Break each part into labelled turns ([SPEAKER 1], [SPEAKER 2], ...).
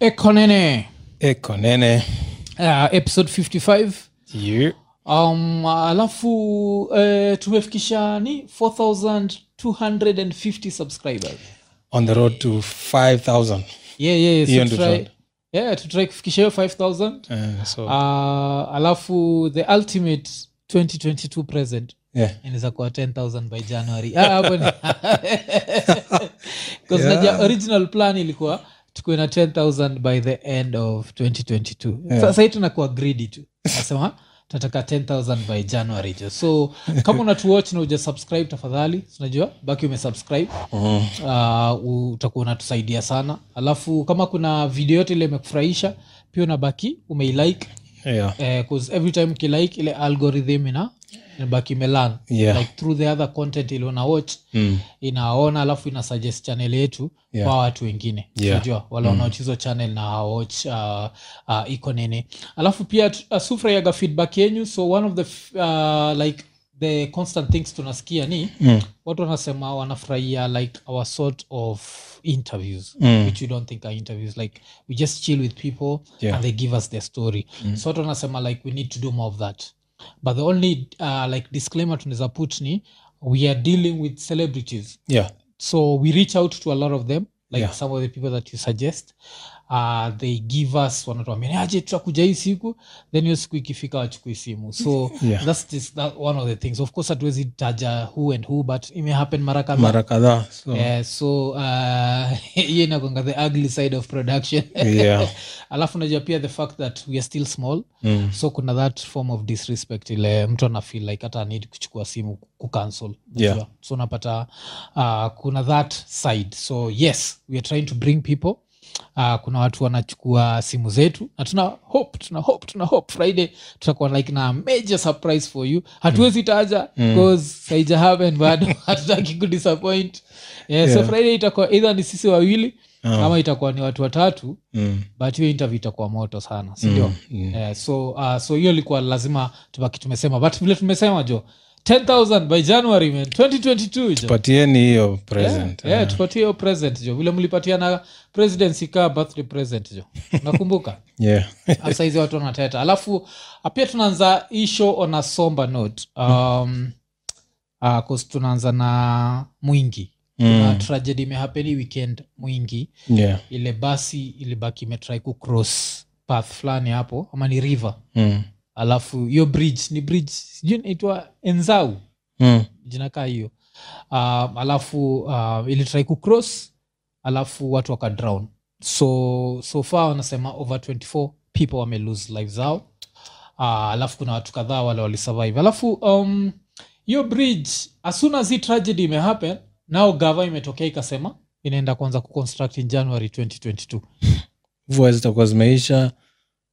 [SPEAKER 1] ekonene
[SPEAKER 2] ekonene
[SPEAKER 1] uh, episode 55
[SPEAKER 2] you
[SPEAKER 1] um, alafu uh, tumefikisha ni 4250 subscribers
[SPEAKER 2] on the road to 5000
[SPEAKER 1] yeah, yeah,
[SPEAKER 2] Hiyo
[SPEAKER 1] yeah, so
[SPEAKER 2] ndio
[SPEAKER 1] try,
[SPEAKER 2] tunataka.
[SPEAKER 1] yeah tutry kufikisha hiyo 5000
[SPEAKER 2] uh, so
[SPEAKER 1] uh, alafu the ultimate 2022 present
[SPEAKER 2] yeah
[SPEAKER 1] inaweza kuwa 10000 by january Ah, hapo ni- 'Cause najua original plan ilikuwa tukue na 10000 by the end of 2022
[SPEAKER 2] Yeah.
[SPEAKER 1] sasa hii tunakuwa greedy tu nasema tunataka 10000 by january tu so kama unatuwatch na uja subscribe tafadhali tunajua baki umesubscribe
[SPEAKER 2] mm.
[SPEAKER 1] uh, utakuwa unatusaidia sana alafu kama kuna video yote ile imekufurahisha pia unabaki umeilike
[SPEAKER 2] yeah
[SPEAKER 1] eh, 'cause every time ukilike ile algorithm ina inabaki imelan
[SPEAKER 2] Yeah.
[SPEAKER 1] like through the other content ile una watch
[SPEAKER 2] mm.
[SPEAKER 1] inaona alafu ina suggest channel yetu
[SPEAKER 2] Yeah.
[SPEAKER 1] kwa watu wengine
[SPEAKER 2] Yeah. Mm.
[SPEAKER 1] unajua wale wanaoch hizo channel na hawawatch uh, uh, iko nini alafu pia tu- uh, sufurahiaga feedback yenyu so one of the f- uh, like the constant things tunasikia ni
[SPEAKER 2] Mm.
[SPEAKER 1] watu wanasema wanafurahia like our sort of interviews
[SPEAKER 2] Mm.
[SPEAKER 1] which we don't think are interviews like we just chill with people
[SPEAKER 2] Yeah. Mm.
[SPEAKER 1] and they give us their story so watu wanasema like we need to do more of that but the only uh, like disclaimer tunaweza put ni we are dealing with celebrities
[SPEAKER 2] yeah
[SPEAKER 1] so we reach out to a lot of them like
[SPEAKER 2] Yeah.
[SPEAKER 1] some of the people that you suggest uh, they give us wanatuambia "Ni aje tutakuja hii siku then hiyo siku ikifika wachukui simu so
[SPEAKER 2] Yeah.
[SPEAKER 1] that's just that one of the things of course hatuwezi taja who and who but ime happen mara kadhaa
[SPEAKER 2] mara kadhaa so
[SPEAKER 1] Eh, so uh, hiyo inagonga the ugly side of production
[SPEAKER 2] yeah
[SPEAKER 1] alafu najua pia the fact that we are still small
[SPEAKER 2] mm.
[SPEAKER 1] so kuna that form of disrespect ile mtu ana feel like hata need kuchukua simu kucancel
[SPEAKER 2] Yeah.
[SPEAKER 1] unajua. so unapata uh, kuna that side so yes we are trying to bring people Uh, kuna watu wanachukua simu zetu na tuna hope tuna hope tuna hope friday tutakuwa like na major surprise for you
[SPEAKER 2] Mm.
[SPEAKER 1] hatuwezi taja bcause haija happen bado hatutaki kudisappoint yeah, so
[SPEAKER 2] Yeah.
[SPEAKER 1] friday itakuwa either ni sisi wawili
[SPEAKER 2] Ah.
[SPEAKER 1] ama itakuwa ni watu watatu
[SPEAKER 2] Mm.
[SPEAKER 1] but hiyo interview itakuwa moto sana sindio
[SPEAKER 2] Mm. Mm.
[SPEAKER 1] Eh, so uh, so hiyo ilikuwa lazima tubaki tumesema but vile tumesema jo 10000 by january man 2022 jo
[SPEAKER 2] patieni hiyo present
[SPEAKER 1] Yeah, yeah, tupatie hiyo present jo vile mlipatia na presidency kaa birthday present jo nakumbuka
[SPEAKER 2] yeah
[SPEAKER 1] saizi watu wanateta alafu ah, pia tunaanza hii show on a somber note um, uh, cause tunaanza na mwingi kuna
[SPEAKER 2] Mm.
[SPEAKER 1] tragedy imehapeni weekend mwingi
[SPEAKER 2] yeah
[SPEAKER 1] ile basi ilibaki imetrai kucross path fulani hapo ama ni river
[SPEAKER 2] mm.
[SPEAKER 1] alafu hiyo bridge ni bridge sijui inaitwa enzau
[SPEAKER 2] Mm.
[SPEAKER 1] jinakaa hiyo uh, alafu uh, ilitrai kucross alafu watu wakadrown so so far wanasema over 24 people wame lose life zao uh, alafu kuna watu kadhaa wale walisurvive alafu um, hiyo bridge as soon as hii tragedy imehappen nao gava imetokea ikasema inaenda kuanza kuconstruct in january 2022
[SPEAKER 2] mvua zitakuwa zimeisha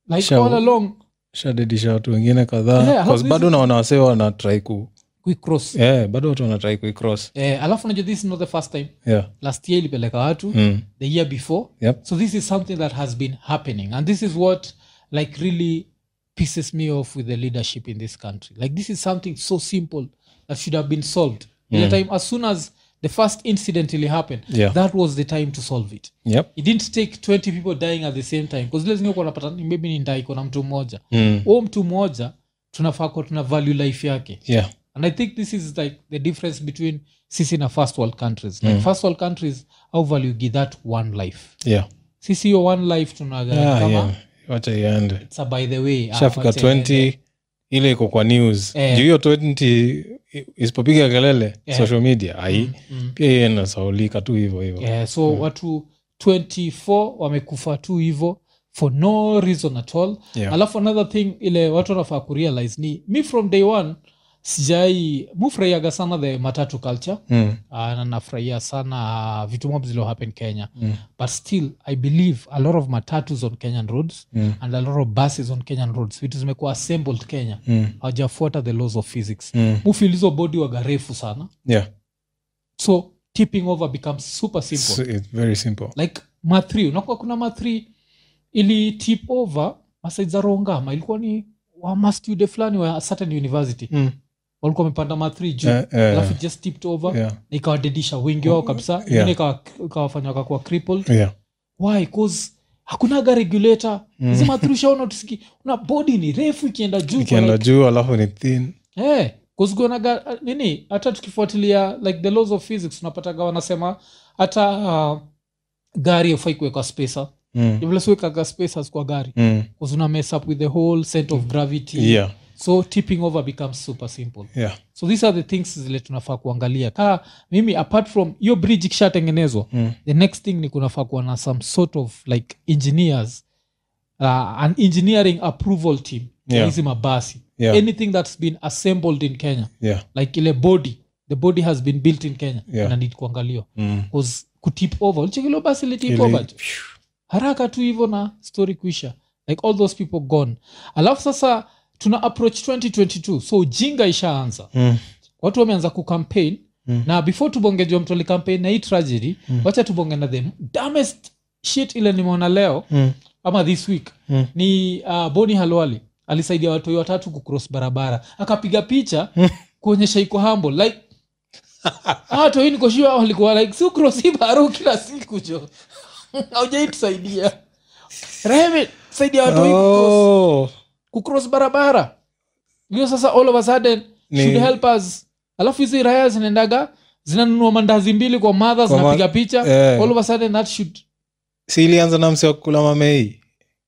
[SPEAKER 1] like
[SPEAKER 2] Shall-
[SPEAKER 1] all along
[SPEAKER 2] shadedisha watu wengine
[SPEAKER 1] Yeah,
[SPEAKER 2] kadhaa
[SPEAKER 1] how
[SPEAKER 2] 'Cause
[SPEAKER 1] this
[SPEAKER 2] bado naona wasee wanatrai ku
[SPEAKER 1] we cross
[SPEAKER 2] yeah, bado watu wanatrai kuicross
[SPEAKER 1] eh, alafu najua this is not the first time
[SPEAKER 2] yeah
[SPEAKER 1] last year ilipeleka watu
[SPEAKER 2] mm.
[SPEAKER 1] the year before
[SPEAKER 2] yep.
[SPEAKER 1] so this is something that has been happening and this is what like really pisses me off with the leadership in this country like this is something so simple that should have been solved mm. the time as soon as the first incident really happened
[SPEAKER 2] Yeah.
[SPEAKER 1] that was the time to solve it
[SPEAKER 2] Yep.
[SPEAKER 1] it didn't take 20 people dying at the same time because lazima napata maybe ni ndai kona mtu mmoja
[SPEAKER 2] Mm.
[SPEAKER 1] huo mtu mmoja tunafaa kuwa tuna value life yake
[SPEAKER 2] yeah
[SPEAKER 1] and i think this is like the difference between sisi na first world countries
[SPEAKER 2] Mm.
[SPEAKER 1] like first world countries how value give that one life
[SPEAKER 2] yeah
[SPEAKER 1] sisi hiyo one life tunaga
[SPEAKER 2] yeah,
[SPEAKER 1] kama
[SPEAKER 2] Ah, yeah. wacha iende
[SPEAKER 1] it's a by the way ah,
[SPEAKER 2] shafika
[SPEAKER 1] wacha
[SPEAKER 2] 20 ile iko kwa news
[SPEAKER 1] Eh.
[SPEAKER 2] juu hiyo 20 i- isipopiga kelele
[SPEAKER 1] Eh.
[SPEAKER 2] social media ai
[SPEAKER 1] mm.
[SPEAKER 2] pia hiyo inasaulika tu hivyo hivyo
[SPEAKER 1] yeah, so
[SPEAKER 2] Mm.
[SPEAKER 1] watu 24 wamekufa tu hivo for no reason at all
[SPEAKER 2] Yeah.
[SPEAKER 1] alafu another thing ile watu wanafaa kurealize ni mi from day one sijai mufurahiaga sana the matatu culture
[SPEAKER 2] Mm.
[SPEAKER 1] uh, na nafurahia sana uh, vitu mob zilo happen kenya
[SPEAKER 2] Mm.
[SPEAKER 1] but still i believe a lot of matatus on kenyan roads
[SPEAKER 2] Mm.
[SPEAKER 1] and a lot of buses on kenyan roads vitu zimekuwa assembled kenya
[SPEAKER 2] Mm.
[SPEAKER 1] hawajafuata the laws of physics
[SPEAKER 2] Mm.
[SPEAKER 1] mufilizo bodi wagarefu sana
[SPEAKER 2] yeah
[SPEAKER 1] so tipping over becomes super simple
[SPEAKER 2] it's, it's very simple
[SPEAKER 1] like mathri unakuwa kuna mathri ili tip over masaizarongama ilikuwa ni wamastude fulani wa certain university
[SPEAKER 2] mm.
[SPEAKER 1] walikuwa wamepanda mathri juu
[SPEAKER 2] Eh, eh,
[SPEAKER 1] alafu it just tipped over
[SPEAKER 2] yeah
[SPEAKER 1] na ikawadedisha wengi wao kabisa
[SPEAKER 2] Yeah.
[SPEAKER 1] ingine ikawa- ikawafanya wakakuwa crippled
[SPEAKER 2] yeah Mm.
[SPEAKER 1] why cause hakunaga regulator hizi mathurushaona tusiki na bodi ni refu ikienda juu kwa
[SPEAKER 2] ikienda juu alafu ni thin
[SPEAKER 1] Eh, 'cause kuonaga uh, nini hata tukifuatilia like the laws of physics unapataga wanasema hata uh, gari afai kuweka spacer
[SPEAKER 2] Mm.
[SPEAKER 1] vile siwekaga spacers kwa gari
[SPEAKER 2] Mm.
[SPEAKER 1] 'Cause una mess up with the whole center of gravity
[SPEAKER 2] yeah
[SPEAKER 1] so tipping over becomes super simple
[SPEAKER 2] yeah
[SPEAKER 1] so these are the things zile tunafaa kuangalia kaa mimi apart from hiyo bridge ikishatengenezwa
[SPEAKER 2] Mm.
[SPEAKER 1] the next thing ni kunafaa kuwa na some sort of like engineers uh, an engineering approval team ya
[SPEAKER 2] Yeah.
[SPEAKER 1] hizi mabasi
[SPEAKER 2] yeah
[SPEAKER 1] anything that's been assembled in kenya
[SPEAKER 2] yeah
[SPEAKER 1] like ile body the body has been built in kenya
[SPEAKER 2] Yeah.
[SPEAKER 1] ina need kuangaliwa
[SPEAKER 2] Mm.
[SPEAKER 1] 'Cause kutip over ulichekilo basi litip
[SPEAKER 2] Ili-
[SPEAKER 1] over ju- haraka tu hivyo na story kuisha like all those people gone alafu sasa tuna approach 2022 so jinga ishaanza
[SPEAKER 2] Mm.
[SPEAKER 1] watu wameanza kucampaign
[SPEAKER 2] Mm.
[SPEAKER 1] na before tubongejwa mtu alikampaign na hii tragedy
[SPEAKER 2] Mm.
[SPEAKER 1] wacha tubonge na them damest shit ile nimeona leo
[SPEAKER 2] Mm.
[SPEAKER 1] ama this week
[SPEAKER 2] Mm.
[SPEAKER 1] ni uh, boni halwali alisaidia watoi watatu kucross barabara akapiga picha kuonyesha iko humble like Ah, watoi nikoshiwa walikuwa oh, like si ucross hii barabara kila siku jo haujaitusaidia reheme saidia watoi kucross,
[SPEAKER 2] Oh.
[SPEAKER 1] kucross barabara hiyo sasa all of a sudden
[SPEAKER 2] Ni-
[SPEAKER 1] should help us alafu hizi raya zinaendaga zinanunua mandazi mbili kwa madha
[SPEAKER 2] Kwa ma-
[SPEAKER 1] zinapiga picha
[SPEAKER 2] Eh.
[SPEAKER 1] all of a sudden that should
[SPEAKER 2] si ilianza na msi wa kukula mamei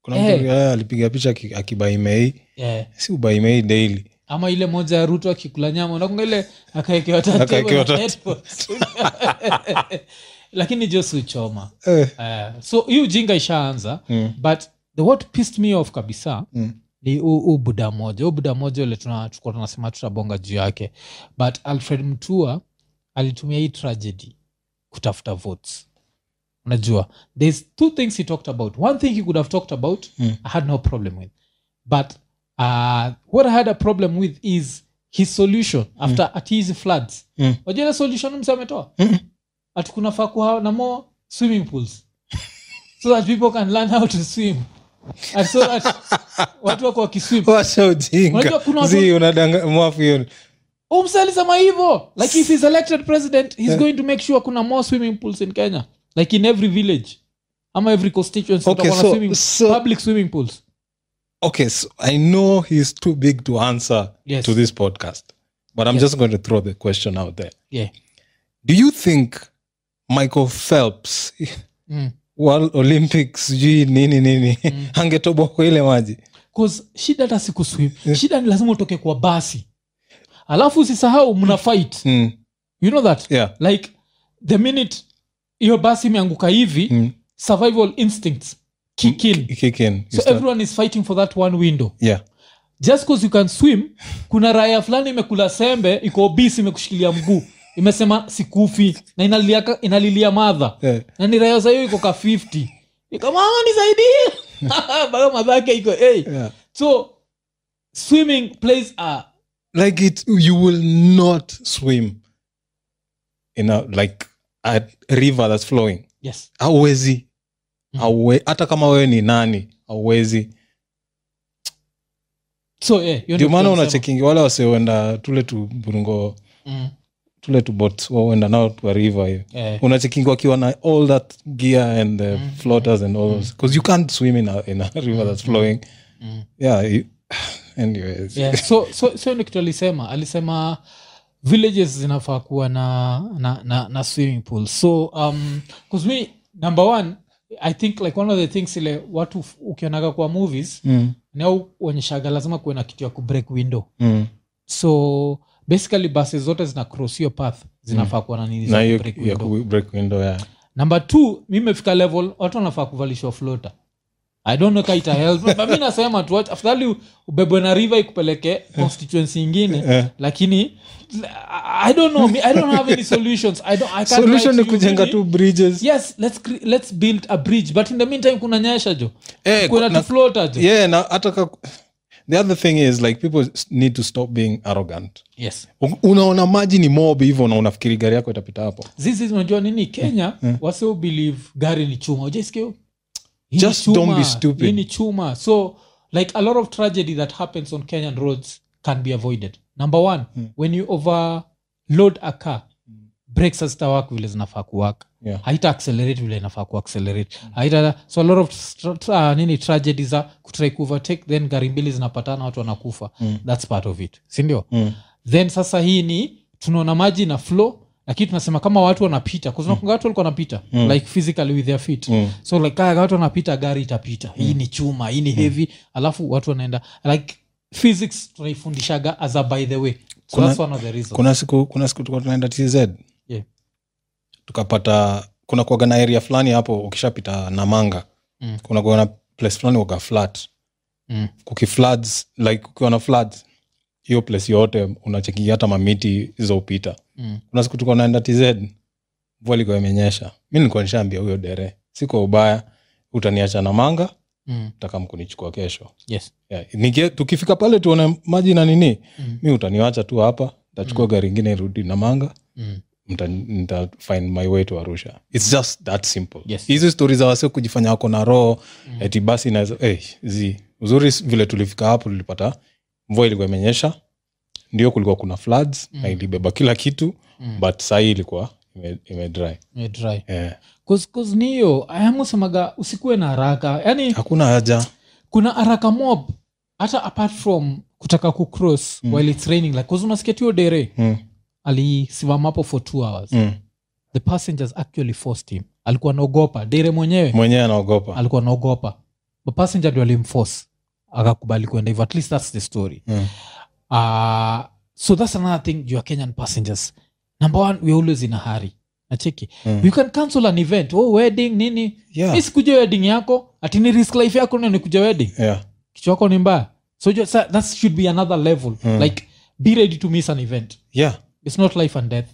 [SPEAKER 2] kuna mtu
[SPEAKER 1] Eh.
[SPEAKER 2] eh, alipiga picha aki- akibai mei
[SPEAKER 1] yeah.
[SPEAKER 2] si ubai mei daily
[SPEAKER 1] eh, ama ile moja ya ruto akikula nyama unakunga ile akaekewa tatu
[SPEAKER 2] Akaekewa tatu.
[SPEAKER 1] headphones. lakini jo siuchoma
[SPEAKER 2] eh.
[SPEAKER 1] uh, so hii ujinga ishaanza
[SPEAKER 2] mm.
[SPEAKER 1] but the what pissed me off kabisa
[SPEAKER 2] Mm.
[SPEAKER 1] ni huu huu buda moja huu buda moja ule tuna- tulikuwa tunasema tutabonga juu yake but alfred mtua alitumia hii tragedy kutafuta votes unajua there's two things he talked about one thing he could have talked about
[SPEAKER 2] Mm.
[SPEAKER 1] i had no problem with but uh, what i had a problem with is his solution after mm. at his floods
[SPEAKER 2] Mm.
[SPEAKER 1] wajua ile solution msi ametoa
[SPEAKER 2] Mm.
[SPEAKER 1] atukunafaa kuwa na more swimming pools so that people can learn how to swim and so that watu wako wakiswim
[SPEAKER 2] wacha ujinga
[SPEAKER 1] Unajua kuna watu-
[SPEAKER 2] zi unadanga mwafu hiyo
[SPEAKER 1] umsa alisema hivyo like if he's elected president he's going to make sure kuna more swimming pools in kenya like in every village ama every constituency
[SPEAKER 2] Okay,
[SPEAKER 1] kutakuwa na
[SPEAKER 2] so-
[SPEAKER 1] swimming,
[SPEAKER 2] so-
[SPEAKER 1] public swimming pools
[SPEAKER 2] okay so i know he's too big to answer
[SPEAKER 1] Yes.
[SPEAKER 2] to this podcast but i'm
[SPEAKER 1] Yes.
[SPEAKER 2] just going to throw the question out there
[SPEAKER 1] yeah
[SPEAKER 2] do you think michael phelps
[SPEAKER 1] mm.
[SPEAKER 2] world olympics sijui nini nini angetoboa kwa ile maji
[SPEAKER 1] cause shida hata si kuswim shida ni lazima utoke kwa basi alafu usisahau mna fight
[SPEAKER 2] mm.
[SPEAKER 1] you know that
[SPEAKER 2] yeah
[SPEAKER 1] like the minute hiyo basi imeanguka hivi
[SPEAKER 2] mm.
[SPEAKER 1] survival instincts kick in
[SPEAKER 2] kick in You
[SPEAKER 1] so
[SPEAKER 2] start-
[SPEAKER 1] everyone is fighting for that one window
[SPEAKER 2] yeah
[SPEAKER 1] just cause you can swim kuna raya fulani imekula sembe iko obisi imekushikilia mguu imesema sikufi na inalilia, inalilia madha
[SPEAKER 2] Eh.
[SPEAKER 1] na ni raya za hiyo iko ka 50 nikamama "Ah, nisaidie bado madhake iko hey.
[SPEAKER 2] yeah
[SPEAKER 1] so swimming plays a
[SPEAKER 2] like it you will not swim in a like a river that's flowing
[SPEAKER 1] yes
[SPEAKER 2] auwezi
[SPEAKER 1] Mhm.
[SPEAKER 2] Haue- hata kama wewe ni nani auwezi
[SPEAKER 1] so eh, hiyo
[SPEAKER 2] ndio
[SPEAKER 1] ndio
[SPEAKER 2] maana
[SPEAKER 1] tunasema.
[SPEAKER 2] unachekingi wale wasioenda tule tu burungo
[SPEAKER 1] mm,
[SPEAKER 2] tule tu bots wauenda nao kwa river hiyo
[SPEAKER 1] eh,
[SPEAKER 2] unachekingi wakiwa na all that gear and uh,
[SPEAKER 1] Hmm.
[SPEAKER 2] floaters and all those because you can't swim in a, in a river that's flowing
[SPEAKER 1] mm.
[SPEAKER 2] yeah you, anyways
[SPEAKER 1] yeah. so so so ni kitu alisema alisema villages zinafaa kuwa na na, na, na swimming pool so um 'cause me number one i think like one of the things ile watu f- ukionaga kwa movies
[SPEAKER 2] Mm,
[SPEAKER 1] nao uonyeshaga lazima kuwe na kitu ya kubreak window
[SPEAKER 2] mm.
[SPEAKER 1] so basically basi zote zina cross hiyo path zinafaa kuwa na nini
[SPEAKER 2] Mm. na
[SPEAKER 1] za
[SPEAKER 2] hiyo
[SPEAKER 1] kubreak
[SPEAKER 2] ya
[SPEAKER 1] window.
[SPEAKER 2] ku- break window yeah.
[SPEAKER 1] number two mi imefika level watu wanafaa kuvalishwa flota i don't know kaita help but mi nasema tu watu- afadhali ubebwe na river ikupeleke constituency ingine
[SPEAKER 2] Eh.
[SPEAKER 1] lakini I- i don't know me, i don't have any solutions i don't i can't
[SPEAKER 2] solution ni
[SPEAKER 1] write you
[SPEAKER 2] kujenga
[SPEAKER 1] really.
[SPEAKER 2] tu bridges
[SPEAKER 1] yes let's cre- let's build a bridge but in the meantime kuna nyesha jo
[SPEAKER 2] Eh,
[SPEAKER 1] kuna
[SPEAKER 2] na-
[SPEAKER 1] tu flota jo
[SPEAKER 2] yeah na hata ka- the other thing is like people s- need to stop being arrogant
[SPEAKER 1] yes
[SPEAKER 2] U- unaona maji ni mob hivyo na unafikiri gari yako itapita hapo
[SPEAKER 1] zizi unajua nini
[SPEAKER 2] Mm.
[SPEAKER 1] kenya wasio believe gari ni chuma ujaisikia
[SPEAKER 2] Just don't be stupid.
[SPEAKER 1] ni chuma so like a lot of tragedy that happens on kenyan roads can be avoided number
[SPEAKER 2] Mm.
[SPEAKER 1] one when you overload a car brakes hazitawak vile zinafaa kuwaka
[SPEAKER 2] Yeah. Mm.
[SPEAKER 1] haita accelerate vile inafaa kuaccelerate haita so a lot of tra- tra- uh, nini tragedy za kutrai kuovertake then gari mbili zinapatana watu wanakufa
[SPEAKER 2] Mm.
[SPEAKER 1] thats part of it sindio
[SPEAKER 2] Mm.
[SPEAKER 1] then sasa hii ni tunaona maji na flow lakini tunasema kama watu wanapita kuznakunga watu walikuwa wanapita
[SPEAKER 2] Mm.
[SPEAKER 1] like physically with their feet
[SPEAKER 2] Mm.
[SPEAKER 1] so like kaya watu wanapita gari itapita
[SPEAKER 2] Hmm.
[SPEAKER 1] hii ni chuma hii ni heavy alafu watu wanaenda like physics tunaifundishaga as a by the way so
[SPEAKER 2] Kuna-
[SPEAKER 1] that's one of the reasons
[SPEAKER 2] kuna siku kuna siku tulikuwa tunaenda tz
[SPEAKER 1] Yeah.
[SPEAKER 2] tukapata kuna kuaga na area fulani hapo ukishapita namanga
[SPEAKER 1] Mm.
[SPEAKER 2] kuna kuaga na place fulani waga flat
[SPEAKER 1] Mm.
[SPEAKER 2] kukifloods like ukiwa na floods hiyo place yote unacheki hata mamiti zopita
[SPEAKER 1] Mm.
[SPEAKER 2] kuna siku tulikuwa tunaenda tz mvua ilikuwa imenyesha mi nilikuwa nishaambia huyo dere si kwa ubaya utaniacha namanga
[SPEAKER 1] Mm.
[SPEAKER 2] utakam kunichukua kesho
[SPEAKER 1] yes
[SPEAKER 2] yeah. Nige, tukifika pale tuone maji na nini
[SPEAKER 1] Mm.
[SPEAKER 2] mi utaniwacha tu hapa ntachukua gari ingine irudi namanga
[SPEAKER 1] Mm.
[SPEAKER 2] mta, nita find my way to arusha its just that simple
[SPEAKER 1] Yes.
[SPEAKER 2] hizi stori za wasio kujifanya wako na roho mm. eti basi inaweza eh, zi uzuri s- vile tulifika hapo tulipata mvua ilikuwa imenyesha ndio kulikuwa kuna floods mm. na ilibeba kila kitu
[SPEAKER 1] Mm.
[SPEAKER 2] but sahii ilikuwa ime, ime dry
[SPEAKER 1] Yeah, dry
[SPEAKER 2] yeah.
[SPEAKER 1] cause niyo ayamusemaga usikuwe na haraka yani
[SPEAKER 2] hakuna haja
[SPEAKER 1] kuna haraka mob hata apart from kutaka kucross
[SPEAKER 2] Hmm.
[SPEAKER 1] mm. while its raining like cause unasikia tuyo dere
[SPEAKER 2] mm.
[SPEAKER 1] alisimama hapo for two hours
[SPEAKER 2] mm.
[SPEAKER 1] the passengers actually forced him alikuwa anaogopa dere mwenyewe
[SPEAKER 2] mwenyewe anaogopa
[SPEAKER 1] alikuwa anaogopa But passenger ndio alimforce akakubali kwenda hivyo at least that's the story
[SPEAKER 2] Mm.
[SPEAKER 1] uh, so that's another thing your kenyan passengers number one we always in a hurry nacheki
[SPEAKER 2] Mm.
[SPEAKER 1] you can cancel an event oh, wedding nini
[SPEAKER 2] Yeah.
[SPEAKER 1] mi sikuja wedding yako ati ni risk life yako ndio nikuja wedding
[SPEAKER 2] yeah.
[SPEAKER 1] kichwa yako ni mbaya so ju- sa- that should be another level
[SPEAKER 2] Mm.
[SPEAKER 1] like be ready to miss an event
[SPEAKER 2] yeah.
[SPEAKER 1] it's not life and death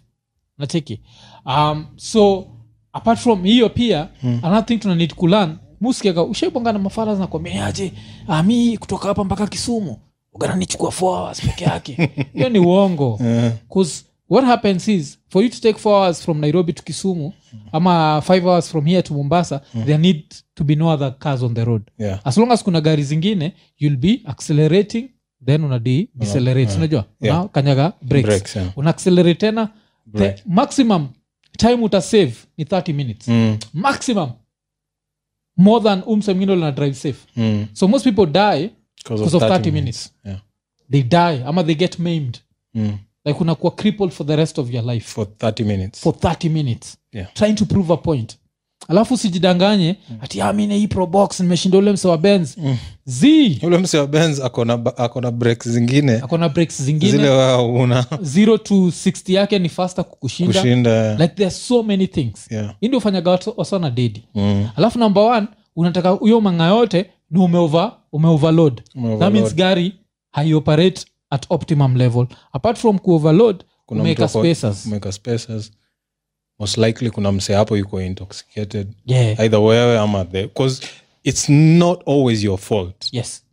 [SPEAKER 1] nacheki um, so apart from hiyo pia
[SPEAKER 2] Hmm.
[SPEAKER 1] mm. another thing tuna need kulan muskiaga ushaibongana mafaras na kwambia aje ah, mi kutoka hapa mpaka kisumu ugananichukua four hours peke yake hiyo ni uongo
[SPEAKER 2] Mm.
[SPEAKER 1] bcause what happens is for you to take four hours from nairobi to kisumu
[SPEAKER 2] Hmm.
[SPEAKER 1] ama five hours from here to mombasa mm. there need to be no other cars on the road
[SPEAKER 2] yeah.
[SPEAKER 1] as long as kuna gari zingine you'll be accelerating then una de- decelerate
[SPEAKER 2] yeah.
[SPEAKER 1] unajua
[SPEAKER 2] Yeah.
[SPEAKER 1] una kanyaga brakes.
[SPEAKER 2] Breaks, yeah.
[SPEAKER 1] una accelerate tena the
[SPEAKER 2] Break.
[SPEAKER 1] maximum time uta save ni 30 minutes
[SPEAKER 2] Mm.
[SPEAKER 1] maximum more than um umse mwingine una drive safe
[SPEAKER 2] Mm.
[SPEAKER 1] so most people die
[SPEAKER 2] Because
[SPEAKER 1] because of 30, minutes.
[SPEAKER 2] Yeah.
[SPEAKER 1] they die ama they get maimed
[SPEAKER 2] Mm.
[SPEAKER 1] like unakuwa crippled for the rest of your life
[SPEAKER 2] for 30 minutes
[SPEAKER 1] for 30 minutes
[SPEAKER 2] Yeah.
[SPEAKER 1] trying to prove a point alafu usijidanganye ati "Ah, mimi na hii probox nimeshinda ule mse wa benz
[SPEAKER 2] Mm.
[SPEAKER 1] z
[SPEAKER 2] yule msi wa benz akona ba- akona breaks zingine
[SPEAKER 1] akona breaks
[SPEAKER 2] zile
[SPEAKER 1] zingine
[SPEAKER 2] wao una
[SPEAKER 1] 0 to 60 yake ni faster kukushinda
[SPEAKER 2] kushinda
[SPEAKER 1] like there are so many things
[SPEAKER 2] yeah.
[SPEAKER 1] hii ndio ufanyaga watu wasana dedi
[SPEAKER 2] mm.
[SPEAKER 1] alafu number one unataka huyo manga yote ni umeova umeoverload
[SPEAKER 2] Umeoverload.
[SPEAKER 1] that means gari haioperate at optimum level apart from kuoverload
[SPEAKER 2] Kuna mtu
[SPEAKER 1] umeweka
[SPEAKER 2] ako-
[SPEAKER 1] spacers
[SPEAKER 2] umeweka spacers most likely kuna mse hapo yuko intoxicated
[SPEAKER 1] yeah
[SPEAKER 2] either wewe ama the because it's not always your fault
[SPEAKER 1] yes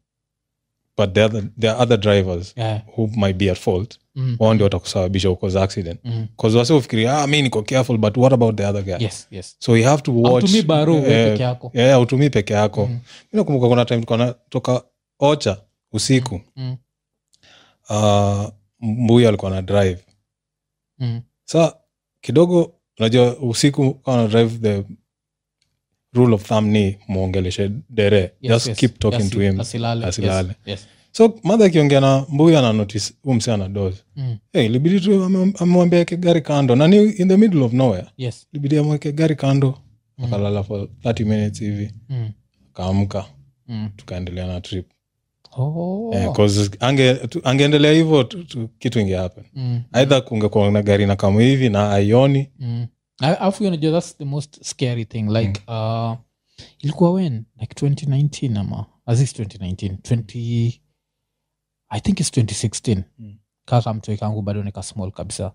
[SPEAKER 2] but there are, the- there are other drivers
[SPEAKER 1] yeah
[SPEAKER 2] who might be at fault
[SPEAKER 1] Mm.
[SPEAKER 2] wao ndio watakusababisha ucause accident
[SPEAKER 1] Mm.
[SPEAKER 2] bcause wasiufikiria ah, mi niko careful but what about the other guy
[SPEAKER 1] yes yes
[SPEAKER 2] so you have to watch
[SPEAKER 1] Hautumii barua wewe
[SPEAKER 2] Eh,
[SPEAKER 1] peke yako. Mm-hmm.
[SPEAKER 2] yeah, hautumii peke yako mi nakumbuka kuna time tulikuwa na- toka ocha usiku
[SPEAKER 1] mm. Mm-hmm.
[SPEAKER 2] uh, mbuyu alikuwa na drive
[SPEAKER 1] Mm.
[SPEAKER 2] sa kidogo unajua usiku kama na drive the rule of thumb ni mwongeleshe dere just keep talking
[SPEAKER 1] Asi-
[SPEAKER 2] to him
[SPEAKER 1] asilale,
[SPEAKER 2] asilale.
[SPEAKER 1] yes, yes.
[SPEAKER 2] so madha akiongea na mbuyu ana notice huu msi ana doze
[SPEAKER 1] Mm.
[SPEAKER 2] hey, libidi tu ame- amemwambia aweke gari kando na ni in the middle of nowhere
[SPEAKER 1] yes
[SPEAKER 2] libidi amweke gari kando akalala for 30 minutes hivi
[SPEAKER 1] Mm.
[SPEAKER 2] akaamka
[SPEAKER 1] Mm.
[SPEAKER 2] tukaendelea na trip
[SPEAKER 1] Oh.
[SPEAKER 2] Eh, 'cause ange- tu- angeendelea hivyo tu- tu- kitu ingehappen
[SPEAKER 1] Mm.
[SPEAKER 2] aidha kungekuwa na gari na kama hivi na aioni
[SPEAKER 1] Mm. A- alafu unajua that's the most scary thing like
[SPEAKER 2] Mm.
[SPEAKER 1] uh, ilikuwa when like 2019 ama asis 2019 20 i think its 2016
[SPEAKER 2] Mm.
[SPEAKER 1] kaka mtoi kangu bado nika small kabisa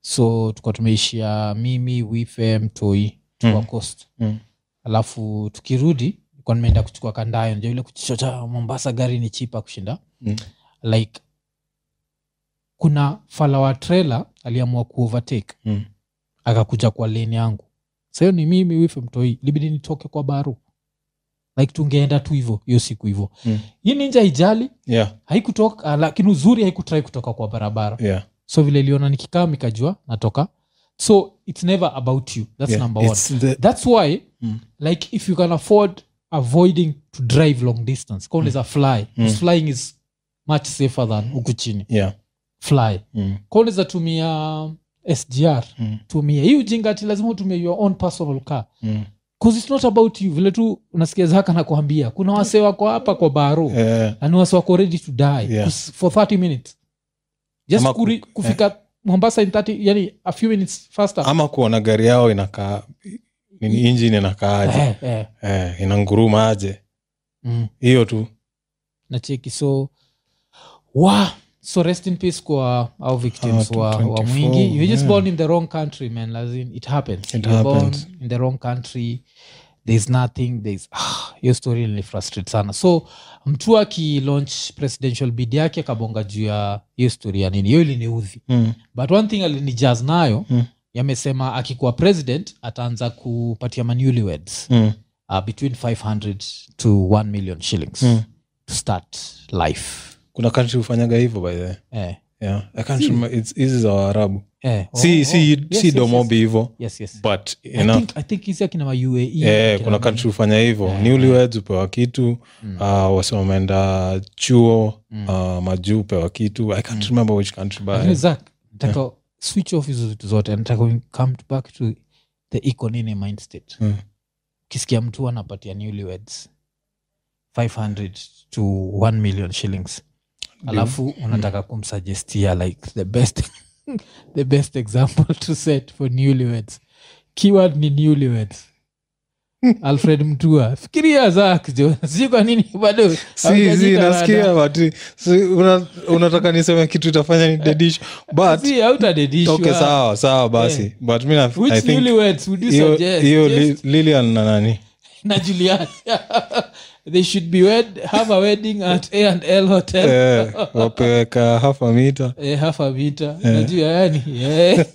[SPEAKER 1] so tukuwa tumeishia mimi wife mtoi tukwa
[SPEAKER 2] Mm.
[SPEAKER 1] coast
[SPEAKER 2] Mm.
[SPEAKER 1] alafu tukirudi nilikuwa nimeenda kuchukua kandayo nja ile kuchocha mombasa gari ni chipa kushinda
[SPEAKER 2] Mm.
[SPEAKER 1] like kuna fala wa trailer aliamua kuovertake
[SPEAKER 2] Mm.
[SPEAKER 1] akakuja kwa leni yangu sahiyo ni mimi wife mtoi libidi nitoke kwa baru like tungeenda tu hivo hiyo siku hivo
[SPEAKER 2] Mm.
[SPEAKER 1] hii ninja ijali
[SPEAKER 2] yeah,
[SPEAKER 1] haikutoka ah, lakini uzuri haikutrai kutoka kwa barabara
[SPEAKER 2] yeah.
[SPEAKER 1] so vile iliona nikikaa mikajua natoka so it's never about you that's
[SPEAKER 2] Yeah,
[SPEAKER 1] number one
[SPEAKER 2] it's the-
[SPEAKER 1] that's why
[SPEAKER 2] Mm.
[SPEAKER 1] like if you can afford avoiding to drive long distance koneza fly
[SPEAKER 2] Mm.
[SPEAKER 1] 'Cause flying is much safer than huku chini
[SPEAKER 2] yeah.
[SPEAKER 1] fly
[SPEAKER 2] Mm.
[SPEAKER 1] koneza tumia sdr
[SPEAKER 2] Mm.
[SPEAKER 1] tumia hii ujinga ati lazima utumie your own personal car
[SPEAKER 2] Mm.
[SPEAKER 1] cause it's not about you vile tu unasikia zaka nakwambia kuna wase wako hapa kwa baro yeah.
[SPEAKER 2] Eh,
[SPEAKER 1] na wase wako ready to die
[SPEAKER 2] Yeah.
[SPEAKER 1] kus- for 30 minutes just
[SPEAKER 2] Ama ku- eh.
[SPEAKER 1] kuri, kufika mombasa in 30 yani a few minutes faster
[SPEAKER 2] ama kuona gari yao inakaa nini injini inakaaje
[SPEAKER 1] eh, eh.
[SPEAKER 2] eh, inanguruma aje
[SPEAKER 1] Mm.
[SPEAKER 2] hiyo tu
[SPEAKER 1] nacheki so wa so rest in peace kwa our victims
[SPEAKER 2] Ah,
[SPEAKER 1] wa, wa
[SPEAKER 2] 24,
[SPEAKER 1] mwingi you're just
[SPEAKER 2] yeah.
[SPEAKER 1] born in the wrong country man as in, it happens
[SPEAKER 2] It
[SPEAKER 1] You're
[SPEAKER 2] happens.
[SPEAKER 1] born in the wrong country there's nothing there's ah, hiyo story ilinifrustrate sana so mtu akilaunch presidential bid yake akabonga juu ya hiyo story ya nini hiyo iliniudhi
[SPEAKER 2] mm.
[SPEAKER 1] but one thing alinijaz nayo
[SPEAKER 2] Mm.
[SPEAKER 1] yamesema akikuwa president ataanza kupatia manewlyweds
[SPEAKER 2] Mm.
[SPEAKER 1] uh, between 500 to 1 million shillings
[SPEAKER 2] Mm.
[SPEAKER 1] to start life
[SPEAKER 2] kuna country hufanyaga hivyo by the way.
[SPEAKER 1] eh,
[SPEAKER 2] yeah. I can't remember, it's- hizi za waarabu
[SPEAKER 1] eh, oh,
[SPEAKER 2] si
[SPEAKER 1] oh,
[SPEAKER 2] si
[SPEAKER 1] yes,
[SPEAKER 2] si
[SPEAKER 1] yes,
[SPEAKER 2] domobi hivyo
[SPEAKER 1] yes, yes, yes.
[SPEAKER 2] but
[SPEAKER 1] I
[SPEAKER 2] enough
[SPEAKER 1] think, I think hizi akina ma UAE
[SPEAKER 2] Eh,
[SPEAKER 1] akina
[SPEAKER 2] kuna
[SPEAKER 1] ma-
[SPEAKER 2] country hufanya hivyo
[SPEAKER 1] Eh.
[SPEAKER 2] newlyweds hupewa kitu
[SPEAKER 1] Mm.
[SPEAKER 2] mm. uh, wameenda chuo
[SPEAKER 1] Mm.
[SPEAKER 2] uh, majuu hupewa kitu i can't
[SPEAKER 1] Mm.
[SPEAKER 2] remember which country but
[SPEAKER 1] Lakini Zack, nataka switch off hizo vitu zote nataka we come back to the iko nini mind state
[SPEAKER 2] Mm.
[SPEAKER 1] ukisikia mtu anapatia newlyweds 500 to 1 million shillings alafu unataka kumsuggestia like the best the best example to set for newlyweds keyword ni newlyweds alfred mtua fikiria zak jo sijui kwa nini bado
[SPEAKER 2] si si
[SPEAKER 1] haujajita
[SPEAKER 2] nasikia
[SPEAKER 1] bana.
[SPEAKER 2] but si, una, unataka niseme kitu itafanya ni dedish but
[SPEAKER 1] Si, hautadedishwa.
[SPEAKER 2] okay sawa sawa basi
[SPEAKER 1] Eh.
[SPEAKER 2] but mi na-
[SPEAKER 1] Which
[SPEAKER 2] I think
[SPEAKER 1] newlyweds would you
[SPEAKER 2] hiyo
[SPEAKER 1] suggest?
[SPEAKER 2] hiyo
[SPEAKER 1] Yes,
[SPEAKER 2] Li- lilian na nani
[SPEAKER 1] na julian they should be wed have a wedding at A&L hotel
[SPEAKER 2] eh, wapeweka hafa mita
[SPEAKER 1] Eh, half a meter najua yani eh.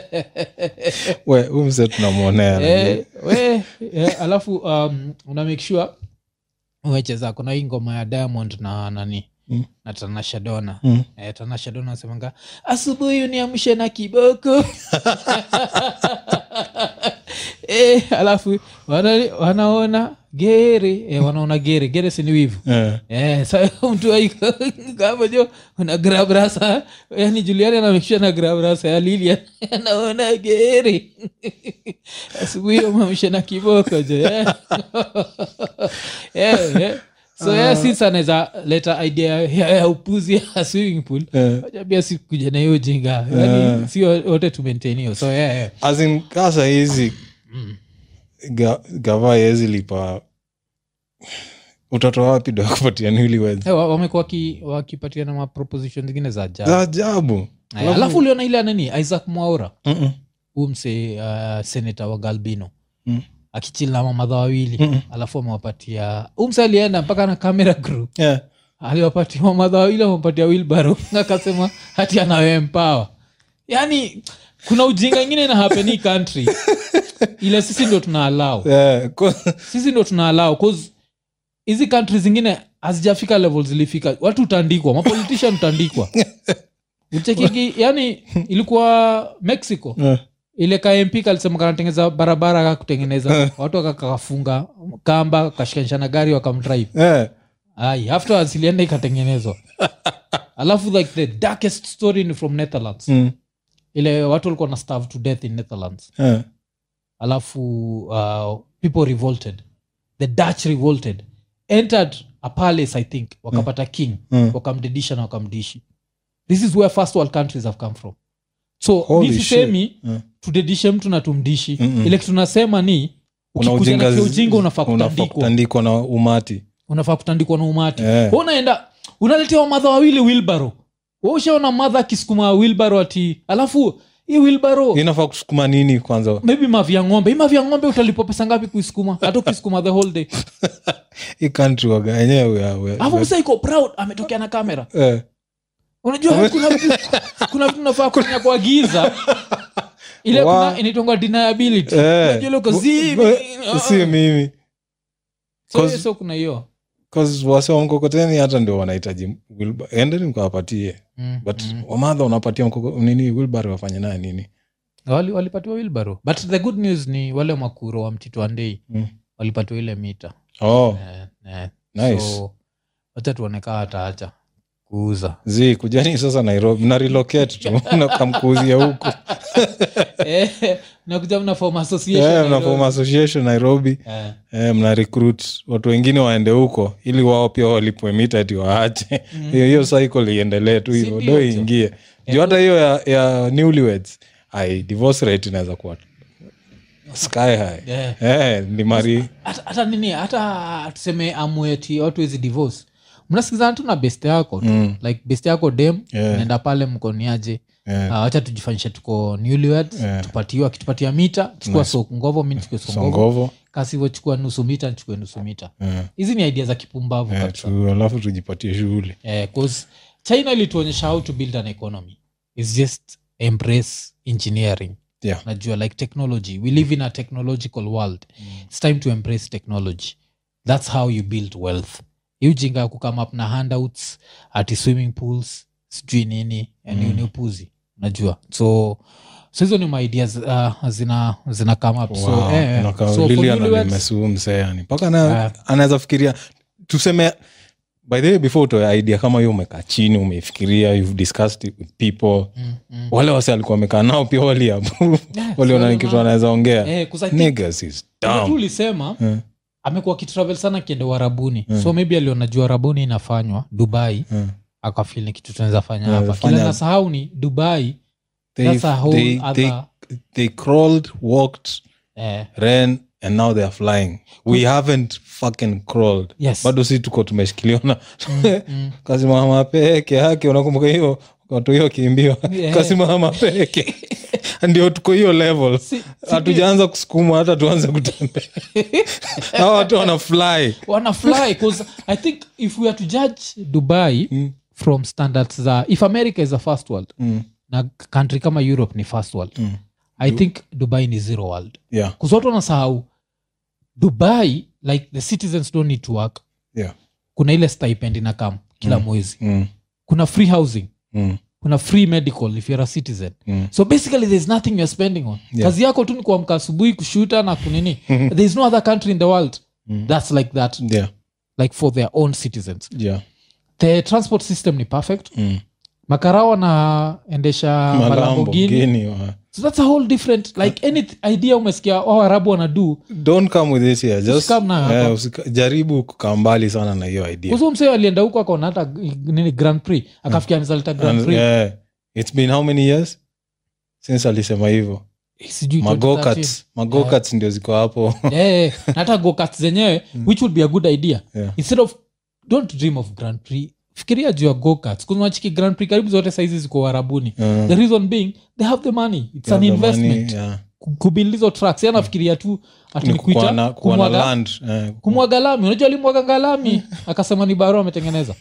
[SPEAKER 2] we huyu mse tunamwonea
[SPEAKER 1] Eh, we, eh, alafu um, una make sure umeche zako na hii ngoma ya diamond na nani
[SPEAKER 2] Mm.
[SPEAKER 1] na tanasha dona
[SPEAKER 2] Mm.
[SPEAKER 1] eh, tanasha dona anasemanga asubuhi uniamshe na kiboko eh, alafu wana, wanaona gere eh, wanaona gere gere sini wivu
[SPEAKER 2] Eh,
[SPEAKER 1] Eh, sa mtu aiko kama jo una grab rasa yani juliani anamekisha na grab rasa ya lilia anaona geri asubuhi umamsha na kiboko jo eh. Eh, eh. so uh, sisi anaweza leta idea ya, ya upuzi ya swimming pool
[SPEAKER 2] eh.
[SPEAKER 1] wajabia sikuja na hiyo jinga yani si wote tumaintain hiyo so eh, yeah, yeah.
[SPEAKER 2] As in, kaa saa hizi ga, gava yezi lipa utoto wapi ndo akupatia newlyweds?
[SPEAKER 1] Eh, wa- wamekuwa waki- wakipatia na maproposition zingine za
[SPEAKER 2] za
[SPEAKER 1] ajabu
[SPEAKER 2] ajabu
[SPEAKER 1] Aya, alafu uliona ile nani isaac mwaura
[SPEAKER 2] Mm-mm.
[SPEAKER 1] huu mse uh, senata wa galbino
[SPEAKER 2] Mm.
[SPEAKER 1] akichila mamadha wawili
[SPEAKER 2] Mm-mm.
[SPEAKER 1] alafu amewapatia huu mse alienda mpaka na camera crew
[SPEAKER 2] Yeah.
[SPEAKER 1] aliwapatia mamadha wawili amewapatia wilbaro akasema hati anawempawa yani Yaani, kuna ujinga ingine na happen hii country ile sisi ndo tuna allow
[SPEAKER 2] Yeah, ko-
[SPEAKER 1] sisi ndo tuna allow cause hizi country zingine hazijafika level zilifika watu utaandikwa mapolitician utaandikwa uchekiki yani yaani, ilikuwa mexico
[SPEAKER 2] Eh,
[SPEAKER 1] ile kamp kalisema kanatengeza barabara kakutengeneza watu wakakafunga kamba kashikanishana gari wakamdrive
[SPEAKER 2] eh,
[SPEAKER 1] ai afterwards ilienda ikatengenezwa alafu like the darkest story ni from netherlands
[SPEAKER 2] mm,
[SPEAKER 1] ile watu walikuwa na starve to death in netherlands
[SPEAKER 2] eh,
[SPEAKER 1] alafu uh, people revolted the dutch revolted entered a palace i think wakapata king
[SPEAKER 2] mm.
[SPEAKER 1] wakamdedisha na wakamdishi this is where first world countries have come from so
[SPEAKER 2] Holy
[SPEAKER 1] mi sisemi
[SPEAKER 2] shit. Eh.
[SPEAKER 1] tudedishe mtu na tumdishi
[SPEAKER 2] Mm-mm.
[SPEAKER 1] ile kitu tunasema ni
[SPEAKER 2] Una
[SPEAKER 1] ukikuja na
[SPEAKER 2] ujinga
[SPEAKER 1] kile
[SPEAKER 2] zi-
[SPEAKER 1] ujinga unafaa
[SPEAKER 2] unafaa
[SPEAKER 1] kutandikwa
[SPEAKER 2] kutandikwa na umati
[SPEAKER 1] unafaa kutandikwa na umati
[SPEAKER 2] Eh.
[SPEAKER 1] Wewe unaenda unaletewa madha wawili wilbaro ushaona madha akisukuma wilbaro ati alafu hii wilbaro
[SPEAKER 2] inafaa kusukuma nini kwanza
[SPEAKER 1] maybe mavi ya ng'ombe hii mavi ya ng'ombe utalipwa pesa ngapi kuisukuma hata ukisukuma the whole day
[SPEAKER 2] hii country waga enyewe we are- we-
[SPEAKER 1] alafu
[SPEAKER 2] we-
[SPEAKER 1] msa iko proud ametokea na kamera
[SPEAKER 2] eh,
[SPEAKER 1] unajua kuna vitu kuna vitu nafaa kufanya kwa giza ile
[SPEAKER 2] Wa-
[SPEAKER 1] kuna inaitwangwa deniability
[SPEAKER 2] eh.
[SPEAKER 1] Unajua ile uko zi-
[SPEAKER 2] We-
[SPEAKER 1] Ah.
[SPEAKER 2] si mimi
[SPEAKER 1] So,
[SPEAKER 2] cause-
[SPEAKER 1] so kuna hiyo
[SPEAKER 2] 'Cause wase wa mkokoteni hata ndio wanahitaji wheelbar- endeni mkawapatie
[SPEAKER 1] Mm,
[SPEAKER 2] but
[SPEAKER 1] mm.
[SPEAKER 2] wamadha unapatia mkoko- nini wilbar wafanye naye nini
[SPEAKER 1] wali, walipatiwa wilbaro but the good news ni wale makuro wa mtitwa ndei
[SPEAKER 2] Mm.
[SPEAKER 1] walipatiwa ile mita
[SPEAKER 2] oh,
[SPEAKER 1] eh, eh.
[SPEAKER 2] nice.
[SPEAKER 1] so wacha tuonekaa ataacha kuuza
[SPEAKER 2] zi kujani sasa nairobi na relocate tu nakamkuuzia huko
[SPEAKER 1] Eh, nakuja mna form association
[SPEAKER 2] yeah,
[SPEAKER 1] Nairobi.
[SPEAKER 2] mnafoma Eh, association nairobi
[SPEAKER 1] Eh,
[SPEAKER 2] eh, mna recruit watu wengine waende huko ili wao pia walipwe mita ati waache
[SPEAKER 1] Mm.
[SPEAKER 2] hiyo hiyo cycle iendelee tu hivyo
[SPEAKER 1] ndio Eh.
[SPEAKER 2] do
[SPEAKER 1] tu.
[SPEAKER 2] iingie juu hata hiyo ya, ya newlyweds ai divorce rate inaweza kuwa sky high
[SPEAKER 1] eh.
[SPEAKER 2] eh, ni mari
[SPEAKER 1] hata hata nini hata tuseme amueti watu hizi divorce mnasikizana tu na best yako tu.
[SPEAKER 2] Mm.
[SPEAKER 1] like best yako dem
[SPEAKER 2] Yeah.
[SPEAKER 1] naenda pale mkoniaje
[SPEAKER 2] Yeah.
[SPEAKER 1] Ah, wacha tujifanyishe tuko newlyweds
[SPEAKER 2] Yeah.
[SPEAKER 1] tupatiwa akitupatia mita chukua so ngovo mi nichukue so ngovo
[SPEAKER 2] songovo
[SPEAKER 1] kasi hivyo chukua nusu mita nichukue nusu mita
[SPEAKER 2] eh,
[SPEAKER 1] hizi ni idea za kipumbavu
[SPEAKER 2] eh,
[SPEAKER 1] kabisa
[SPEAKER 2] tu- alafu tujipatie shughuli
[SPEAKER 1] Eh, 'cause china ilituonyesha how to build an economy is just embrace engineering
[SPEAKER 2] Yeah.
[SPEAKER 1] najua like technology we live in a technological world it's time to embrace technology that's how you build wealth iujinga ya kukame up na handouts ati swimming pools sijui nini yani
[SPEAKER 2] Mm.
[SPEAKER 1] ni upuzi najua so so hizo ni maideas uh, zina zina come up so,
[SPEAKER 2] Wow,
[SPEAKER 1] eh,
[SPEAKER 2] inakaa
[SPEAKER 1] so for
[SPEAKER 2] Lilian
[SPEAKER 1] newlyweds-
[SPEAKER 2] alimesuu msee yani mpaka ana-
[SPEAKER 1] Ah.
[SPEAKER 2] anaweza fikiria tuseme by the way before utoe idea kama hiyo umekaa chini umeifikiria you've discussed it with people
[SPEAKER 1] Mm, mm.
[SPEAKER 2] wale wase alikuwa wamekaa nao pia waliaprove
[SPEAKER 1] Yeah,
[SPEAKER 2] waliona
[SPEAKER 1] so
[SPEAKER 2] ni kitu
[SPEAKER 1] na-
[SPEAKER 2] anaweza ongea
[SPEAKER 1] eh, 'cause I think
[SPEAKER 2] Niggas is
[SPEAKER 1] kuna tu
[SPEAKER 2] dumb.
[SPEAKER 1] ulisema
[SPEAKER 2] Eh,
[SPEAKER 1] amekuwa akitravel sana akienda uarabuni
[SPEAKER 2] Mm.
[SPEAKER 1] so maybe aliona juu uarabuni inafanywa dubai
[SPEAKER 2] eh.
[SPEAKER 1] akafil ni kitu tunaweza fanya
[SPEAKER 2] Tunaweza
[SPEAKER 1] hapa kila
[SPEAKER 2] fanya-
[SPEAKER 1] nasahau ni dubai
[SPEAKER 2] They-
[SPEAKER 1] that's a whole
[SPEAKER 2] they- they-
[SPEAKER 1] other
[SPEAKER 2] they crawled walked
[SPEAKER 1] eh,
[SPEAKER 2] ran and now they are flying we haven't fucking crawled
[SPEAKER 1] yes
[SPEAKER 2] bado si tuko tumeshikiliona
[SPEAKER 1] mm.
[SPEAKER 2] kasimama peke yake unakumbuka hiyo watu hiyo kiimbiwa
[SPEAKER 1] Yeah.
[SPEAKER 2] kasimama peke ndio tuko hiyo level
[SPEAKER 1] Si- si-
[SPEAKER 2] hatujaanza kusukuma hata tuanze kutembea hawa watu wana fly
[SPEAKER 1] wana fly 'cause i think if we are to judge dubai
[SPEAKER 2] Mm.
[SPEAKER 1] from standards za if america is a first world
[SPEAKER 2] Mm.
[SPEAKER 1] na country kama europe ni first world
[SPEAKER 2] Mm.
[SPEAKER 1] i think dubai ni zero world
[SPEAKER 2] yeah
[SPEAKER 1] kuzoto wanasahau dubai like the citizens don't need to work
[SPEAKER 2] yeah
[SPEAKER 1] kuna ile stipend inakam kila mwezi
[SPEAKER 2] mm.
[SPEAKER 1] kuna free housing
[SPEAKER 2] Mm.
[SPEAKER 1] kuna free medical if you're a citizen
[SPEAKER 2] Mm.
[SPEAKER 1] so basically there's nothing you're spending on
[SPEAKER 2] Yeah.
[SPEAKER 1] kazi yako tu ni kuamka asubuhi kushuta na kunini there's no other country in the world
[SPEAKER 2] Mm.
[SPEAKER 1] that's like that
[SPEAKER 2] yeah
[SPEAKER 1] like for their own citizens
[SPEAKER 2] yeah
[SPEAKER 1] the transport system ni perfect
[SPEAKER 2] mm.
[SPEAKER 1] makarao wanaendesha malambogini
[SPEAKER 2] malambogini wa-
[SPEAKER 1] so that's a whole different like any th- idea umesikia wawarabu wanadu
[SPEAKER 2] don't come with this here just
[SPEAKER 1] Usikam nayo
[SPEAKER 2] eh,
[SPEAKER 1] hapa.
[SPEAKER 2] usika- jaribu kukaa mbali sana na hiyo idea
[SPEAKER 1] kuzo msee alienda huko akaona hata eh, nini grand prix akafikia anazaleta grand
[SPEAKER 2] And,
[SPEAKER 1] prix
[SPEAKER 2] eh, it's been how many years since alisema hivyo
[SPEAKER 1] Eh, sijui 2013.
[SPEAKER 2] magokats magokats ndio ziko hapo
[SPEAKER 1] Eh, na hata gokat zenyewe which would be a good idea
[SPEAKER 2] Mm. Yeah.
[SPEAKER 1] instead of don't dream of grand prix fikiria juu ya gokat kunachiki grand prix karibu zote saizi ziko warabuni
[SPEAKER 2] Mm.
[SPEAKER 1] the reason being they have the money it's
[SPEAKER 2] Yeah,
[SPEAKER 1] an
[SPEAKER 2] the
[SPEAKER 1] investment
[SPEAKER 2] money, yeah.
[SPEAKER 1] Ku- kubuild hizo tracks yeye anafikiria tu ati
[SPEAKER 2] Ni
[SPEAKER 1] ni kuita-
[SPEAKER 2] kukuwa na- kuwa na
[SPEAKER 1] kumwaga-
[SPEAKER 2] land eh,
[SPEAKER 1] kumwaga lami unajua alimwaga ngalami akasema ni barua ametengeneza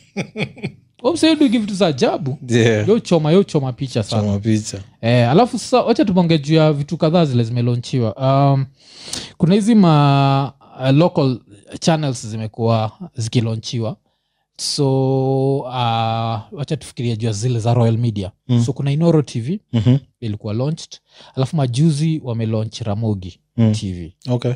[SPEAKER 1] omseudugi vitu za ajabu
[SPEAKER 2] yeah.
[SPEAKER 1] yo choma yo choma picha sana
[SPEAKER 2] Choma picha
[SPEAKER 1] Eh, alafu sasa wacha tumonge juu ya vitu kadhaa zile zimelonchiwa um, kuna hizi ma uh, local channels zimekuwa zikilonchiwa so uh, wacha tufikiria juu ya zile za royal media
[SPEAKER 2] Mm.
[SPEAKER 1] so kuna inoro tv
[SPEAKER 2] Mhm.
[SPEAKER 1] ilikuwa launched alafu majuzi wamelaunch ramogi
[SPEAKER 2] Mm.
[SPEAKER 1] tv
[SPEAKER 2] Okay.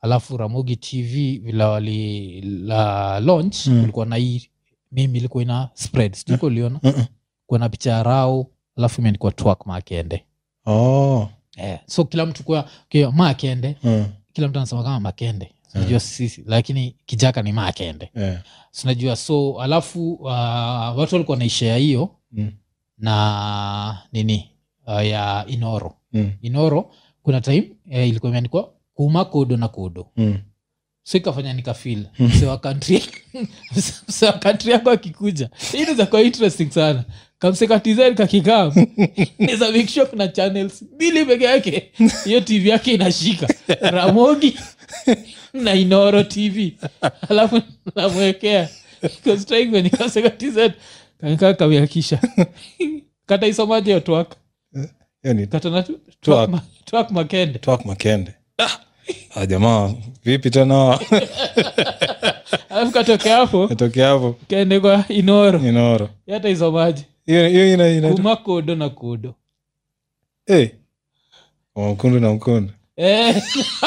[SPEAKER 1] alafu ramogi tv vila wali la launch
[SPEAKER 2] Mm.
[SPEAKER 1] kulikuwa na hii mimi ilikuwa ina spread sijui
[SPEAKER 2] Mm.
[SPEAKER 1] kama uliona
[SPEAKER 2] Mm-mm.
[SPEAKER 1] kuna picha ya rao alafu imeandikwa twak makende
[SPEAKER 2] Oh.
[SPEAKER 1] yeah. so kila mtu kwa kwa makende
[SPEAKER 2] Mm.
[SPEAKER 1] kila mtu anasema kama makende
[SPEAKER 2] Mm.
[SPEAKER 1] sinajua sisi lakini kijaka ni makende
[SPEAKER 2] Yeah.
[SPEAKER 1] sinajua so alafu uh, watu walikuwa naishea hiyo
[SPEAKER 2] Mm.
[SPEAKER 1] na nini uh, ya inoro
[SPEAKER 2] Mm.
[SPEAKER 1] inoro kuna time eh, ilikuwa imeandikwa kuma kodo na kodo
[SPEAKER 2] Mm.
[SPEAKER 1] so ikafanya nikafil
[SPEAKER 2] Mm.
[SPEAKER 1] msewa kantri msewa kantri yako akikuja hii inaweza kuwa interesting sana kamsekatizani kakikam naweza make sure kuna channels mbili peke yake hiyo tv yake inashika ramogi na inoro tv alafu namwekea kastaienikasekatizani kakaa kawiakisha kata isomaje yo twak
[SPEAKER 2] Hiyo ni
[SPEAKER 1] katana
[SPEAKER 2] Twak.
[SPEAKER 1] twak makende
[SPEAKER 2] Twak Makende. Ah, jamaa vipi tena
[SPEAKER 1] alafu katokea hapo
[SPEAKER 2] natokea hapo
[SPEAKER 1] kaende kwa inoro
[SPEAKER 2] inoro
[SPEAKER 1] hata isomaje
[SPEAKER 2] hiyo hiyo ina- ina-
[SPEAKER 1] kuma kodo na kodo
[SPEAKER 2] Eh, Kwa mkundu na mkundu
[SPEAKER 1] Eh.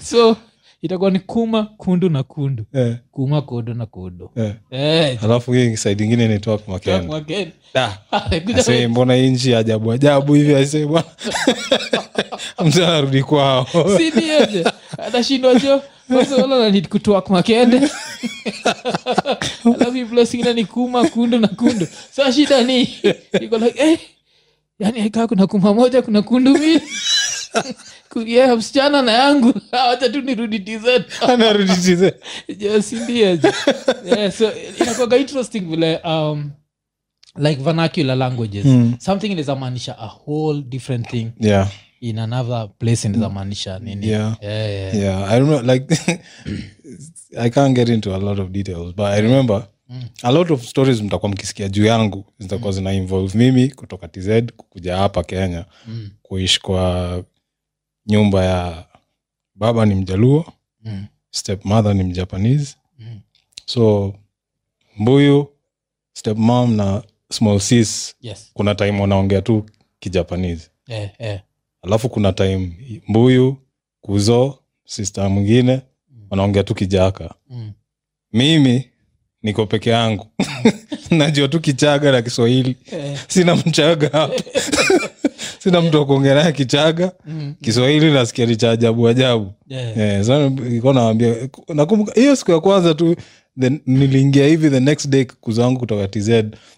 [SPEAKER 1] so itakuwa ni kuma kundu na kundu
[SPEAKER 2] eh,
[SPEAKER 1] kuma kodo na kodo
[SPEAKER 2] eh.
[SPEAKER 1] Eh,
[SPEAKER 2] alafu hii side ingine
[SPEAKER 1] tuwa
[SPEAKER 2] inaitwa kumakenda
[SPEAKER 1] mwakeni.
[SPEAKER 2] Da.
[SPEAKER 1] Good
[SPEAKER 2] Asee, mbona hii nchi ajabu ajabu hivi asee bwana mtu anarudi kwao
[SPEAKER 1] sinieje anashindwa jo wasolananid kutwak makende alafu iplosingine ni kuma kundu na kundu sa shida ni iko like, eh, yani kaa kuna kuma moja kuna kundu mbili kuria msichana na yangu wacha tu nirudi tz
[SPEAKER 2] anarudi chize
[SPEAKER 1] sindieje yeah, so inakuaga interesting vile um, like vernacular languages
[SPEAKER 2] Mm.
[SPEAKER 1] something inawezamaanisha a whole different thing
[SPEAKER 2] yeah
[SPEAKER 1] in another place inawezamaanisha nini
[SPEAKER 2] yeah
[SPEAKER 1] yeah, yeah.
[SPEAKER 2] yeah i remember like i can't get into a lot of details but i remember
[SPEAKER 1] Mm.
[SPEAKER 2] a lot of stories mtakuwa mkisikia juu yangu zitakuwa zina involve mimi kutoka tz kukuja hapa kenya
[SPEAKER 1] Mm.
[SPEAKER 2] kuishi kwa nyumba ya baba ni mjaluo
[SPEAKER 1] Mm.
[SPEAKER 2] stepmother ni mjapanese
[SPEAKER 1] Mm.
[SPEAKER 2] so mbuyu stepmom na small sis
[SPEAKER 1] yes
[SPEAKER 2] kuna time wanaongea tu kijapanese
[SPEAKER 1] eh, eh.
[SPEAKER 2] alafu kuna time mbuyu kuzo sister mwingine
[SPEAKER 1] Mm.
[SPEAKER 2] wanaongea tu kijaka
[SPEAKER 1] Mm.
[SPEAKER 2] mimi niko peke yangu najua tu kichaga na kiswahili
[SPEAKER 1] Eh,
[SPEAKER 2] sina mchaga hapa sina mtu wa kuongea naye kichaga
[SPEAKER 1] mm.
[SPEAKER 2] kiswahili nasikia ni cha ajabu ajabu
[SPEAKER 1] Eh,
[SPEAKER 2] Eh, sasa nilikuwa nawambia nakumbuka hiyo siku ya kwanza tu the- niliingia hivi the next day kuzangu kutoka tz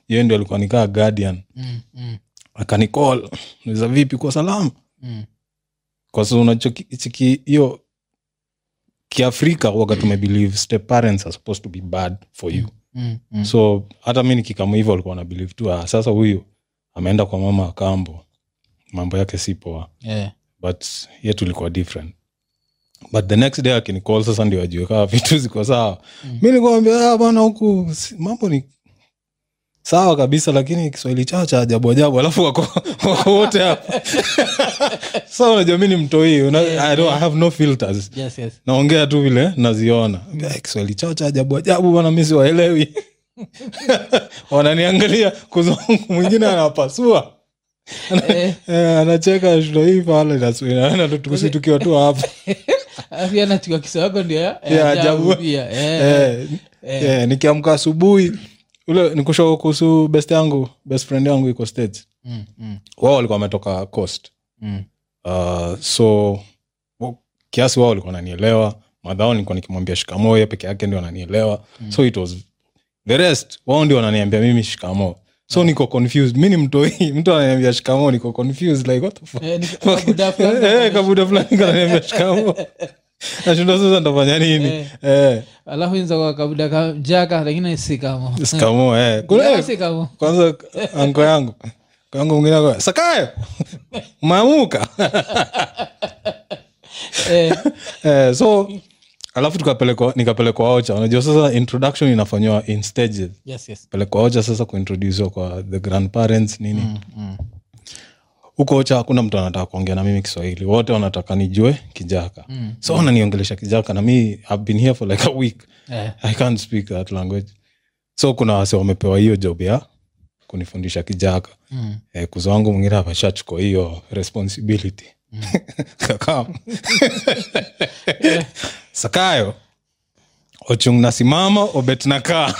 [SPEAKER 2] hiyo ndio alikuwa nikaa guardian
[SPEAKER 1] mm, mm,
[SPEAKER 2] akanicall niza vipi kwa salama
[SPEAKER 1] mm.
[SPEAKER 2] kwa sababu unachochiki hiyo kiafrika waga tumebelieve step parents are supposed to be bad for you
[SPEAKER 1] Mm, mm.
[SPEAKER 2] so hata mi nikikamu hivyo walikuwa na believe tu ah, sasa huyu ameenda kwa mama akambo mambo yake si poa
[SPEAKER 1] Eh,
[SPEAKER 2] but yetu ilikuwa different but the next day akinicall sasa ndio ajue kaa vitu ziko sawa
[SPEAKER 1] Mm.
[SPEAKER 2] mi nikuambia "Ah, bwana huku si- mambo ni sawa kabisa lakini kiswahili chao cha ajabu ajabu alafu wako wako wote hapa sa unajua mi ni mtoi una-
[SPEAKER 1] Yeah,
[SPEAKER 2] I don't-
[SPEAKER 1] yeah.
[SPEAKER 2] I have no filters
[SPEAKER 1] yes, yes.
[SPEAKER 2] naongea tu vile naziona Eh, kiswahili chao cha ajabu ajabu bana mi siwaelewi wananiangalia kuzungu mwingine anapasua
[SPEAKER 1] Eh,
[SPEAKER 2] Eh, anacheka shule hii pale natukusi tukiwa tu hapa
[SPEAKER 1] alafu yana tiwa kisawako ndio ya-
[SPEAKER 2] Ya,
[SPEAKER 1] ya ajabu
[SPEAKER 2] ajabu.
[SPEAKER 1] pia. Eh, eh.
[SPEAKER 2] Eh, eh, nikiamka asubuhi ule nikusha kuhusu best yangu best friend yangu iko states
[SPEAKER 1] Mm, mm,
[SPEAKER 2] wao walikuwa wametoka coast
[SPEAKER 1] mm.
[SPEAKER 2] uh, so wa- kiasi wao walikuwa wananielewa madhao nilikuwa nikimwambia shikamoo ye peke yake ndio ananielewa
[SPEAKER 1] Mm.
[SPEAKER 2] so it was the rest wao ndio wananiambia mimi shikamoo so
[SPEAKER 1] Mm.
[SPEAKER 2] niko confused mi ni mtoi mtu ananiambia shikamoo niko confused like what the fuck
[SPEAKER 1] Eh, ni kama buda fulani.
[SPEAKER 2] Eh, kabuda fulani kananiambia shikamoo nashinda sasa ntafanya nini
[SPEAKER 1] Eh.
[SPEAKER 2] Eh,
[SPEAKER 1] alafu inza kwa kabuda ka mjaka lakini si kamo
[SPEAKER 2] shikamoo eh. Kuna-
[SPEAKER 1] Mjaka
[SPEAKER 2] eh,
[SPEAKER 1] si kamo
[SPEAKER 2] kwanza anko yangu anko yangu mwingine ako, sakayo maamuka
[SPEAKER 1] Eh,
[SPEAKER 2] eh, so alafu tukapelekwa nikapelekwa ocha unajua sasa introduction inafanywa in stages
[SPEAKER 1] yes, yes.
[SPEAKER 2] pelekwa ocha sasa kuintrodusiwa kwa the grandparents nini
[SPEAKER 1] Mm, mm.
[SPEAKER 2] huko ocha hakuna mtu anataka kuongea na mimi kiswahili wote wanataka nijue kijaka
[SPEAKER 1] Mm.
[SPEAKER 2] so wananiongelesha kijaka na mi I've been here for like a week
[SPEAKER 1] Eh,
[SPEAKER 2] i can't speak that language so kuna wase wamepewa hiyo job ya kunifundisha kijaka
[SPEAKER 1] mm,
[SPEAKER 2] eh, kuzo wangu mwingine ameshachukua hiyo responsibility
[SPEAKER 1] Mm.
[SPEAKER 2] kakam sakayo ochung nasimama obet nakaa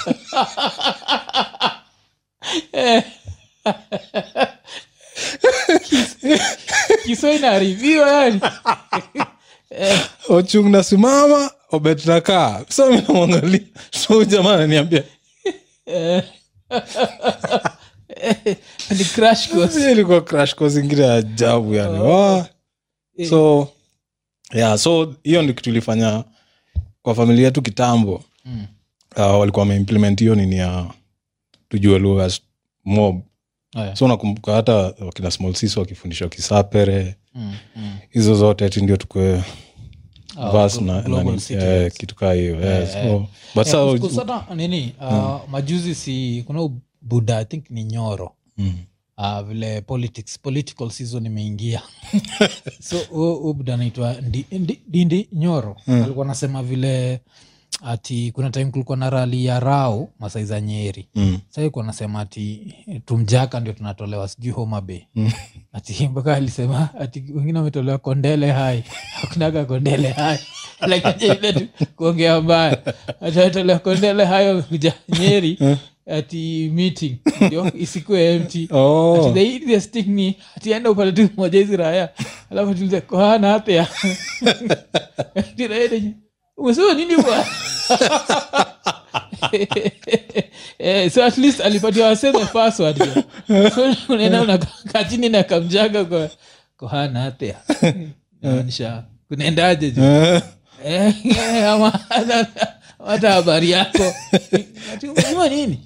[SPEAKER 1] kiswa inaharibiwa yani Eh,
[SPEAKER 2] ochung nasimama obet nakaa so mi namwangalia so jamaa ananiambia
[SPEAKER 1] eh. Eh, ni crash course
[SPEAKER 2] "Sasa ilikuwa crash course ingine ya ajabu yani Wah.
[SPEAKER 1] Eh.
[SPEAKER 2] so yeah so hiyo ndi kitu ilifanya kwa familia yetu kitambo
[SPEAKER 1] Mm.
[SPEAKER 2] uh, walikuwa wameimplement hiyo nini ya tujue lugha s- mob
[SPEAKER 1] Aya.
[SPEAKER 2] so nakumbuka hata wakina small sis wakifundishwa kisapere
[SPEAKER 1] Mm, mm.
[SPEAKER 2] hizo zote ti ndio tukue
[SPEAKER 1] Ah,
[SPEAKER 2] vas
[SPEAKER 1] glo-
[SPEAKER 2] na
[SPEAKER 1] global
[SPEAKER 2] nani, eh,
[SPEAKER 1] citizens.
[SPEAKER 2] kitu kaa hiyo
[SPEAKER 1] Eh,
[SPEAKER 2] eh,
[SPEAKER 1] eh.
[SPEAKER 2] so- but mm.
[SPEAKER 1] Eh,
[SPEAKER 2] saa-
[SPEAKER 1] kus- kusana nini uh, majuzi si kuna buda i think ni nyoro
[SPEAKER 2] Mm.
[SPEAKER 1] uh, vile politics political season imeingia so huyu buda anaitwa Ndi- Ndi- dindi nyoro alikuwa anasema vile ati kuna time kulikuwa na rali ya rao masai za nyeri
[SPEAKER 2] mm.
[SPEAKER 1] saiko nasema ati eh, tumjaka ndio tunatolewa sijui homa bay
[SPEAKER 2] Mm.
[SPEAKER 1] ati mpaka alisema ati wengine wametolewa kondele hai hakunaga kondele hai lakini ile tu kuongea mbaya ati wametolewa kondele hai wamekuja
[SPEAKER 2] Eh.
[SPEAKER 1] nyeri ati meeting ndio isikue empty
[SPEAKER 2] Oh.
[SPEAKER 1] atistikni atienda upate tu moja hizi raya alafu tulize kohana hapya umesema nini bwana Eh, so at least alipatia wase the password ya. so unaenda unakaa chini na kamjaga kwa kohana hapya maanisha kunaendaje je Eh, eh, ama- hata habari yako Ati umesema nini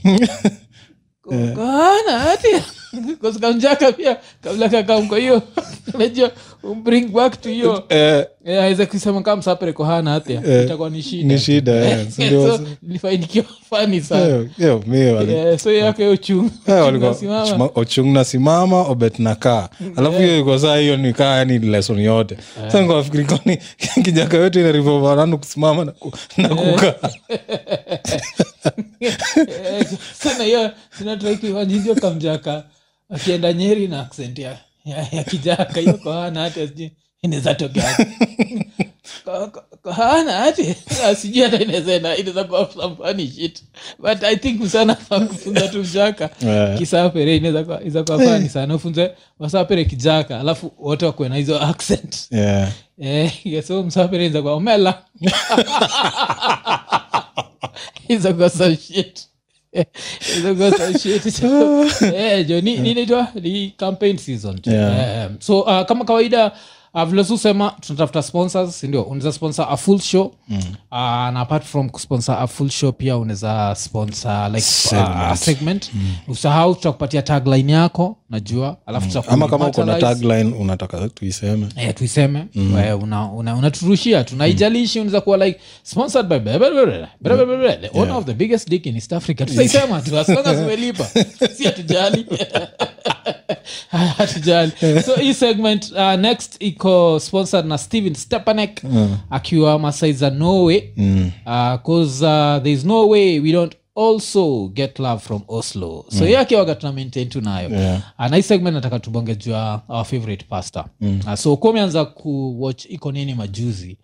[SPEAKER 2] Eh.
[SPEAKER 1] Kuhana, hati. Kwa sababu njaka pia kabla kakamko hiyo unajua umbring back to hiyo
[SPEAKER 2] Eh,
[SPEAKER 1] Eh, aweze kusema kama msapere kohana hatia
[SPEAKER 2] Eh,
[SPEAKER 1] itakuwa ni shida
[SPEAKER 2] ni shida eh. Si ndio-
[SPEAKER 1] so lifanikiwa fani sana
[SPEAKER 2] Eh, eh, mi wali-
[SPEAKER 1] Eh, so yako hiyo uchungu
[SPEAKER 2] Eh,
[SPEAKER 1] Uchungu
[SPEAKER 2] walikuwa-
[SPEAKER 1] unasimama.
[SPEAKER 2] Chuma- ochung nasimama obet nakaa alafu hiyo iko saa hiyo nikaa yani lesson yote Sasa niko nafikiri kwani kijaka yote inarivovaranu kusimama na ku- na kukaa
[SPEAKER 1] Eh, sana hiyo sinatraikivajizio kamjaka akienda nyeri na aksent ya, ya, ya kijaka hiyo kohana hata sijui inaweza tokea Ko- ko- kohana hati Ah, sijui hata inaweza enda- inaweza kuwa some funny shit but i think sana kufunza tu mjaka
[SPEAKER 2] Eh.
[SPEAKER 1] kisapere inaweza kuwa- inaweza kuwa fani sana ufunze wasapere kijaka alafu wote wakuwe na hizo accent
[SPEAKER 2] Yeah.
[SPEAKER 1] Eh, yes, so msafiri inza kwa omela inza kwa some shit Inza kwa some shit. So, eh, jo ni ni inaitwa ni campaign season tu.
[SPEAKER 2] Yeah.
[SPEAKER 1] Eh, so uh, kama kawaida uh, vile susema tunatafuta sponsors sindio unaweza sponsor a full show mm. uh, na apart from kusponsor a full show pia unaweza sponsor like segment, uh, a segment. Mm. usahau tutakupatia tagline yako najua alafu tutaku-
[SPEAKER 2] Mm. ama kama uko na
[SPEAKER 1] monetize
[SPEAKER 2] tagline unataka tuiseme
[SPEAKER 1] eh, tuiseme
[SPEAKER 2] Mm-hmm.
[SPEAKER 1] eh, una- una- unaturushia tunaijalishi unaweza kuwa like sponsored by blah, blah, blah, blah, blah, blah, blah, the owner of the biggest dick in east africa tutaisema tu as long as umelipa si hatujali hatujali so hii segment uh, next iko sponsored na steven stepanek akiwa masai za norway
[SPEAKER 2] Mm.
[SPEAKER 1] because uh, thereis no way we don't also get love from oslo so mm. yake waga tuna maintain tunayo
[SPEAKER 2] Yeah.
[SPEAKER 1] Ah, na hii segment nataka tubonge jua our favorite pastor mm. uh, so kuwa umeanza kuwatch iko nini majuzi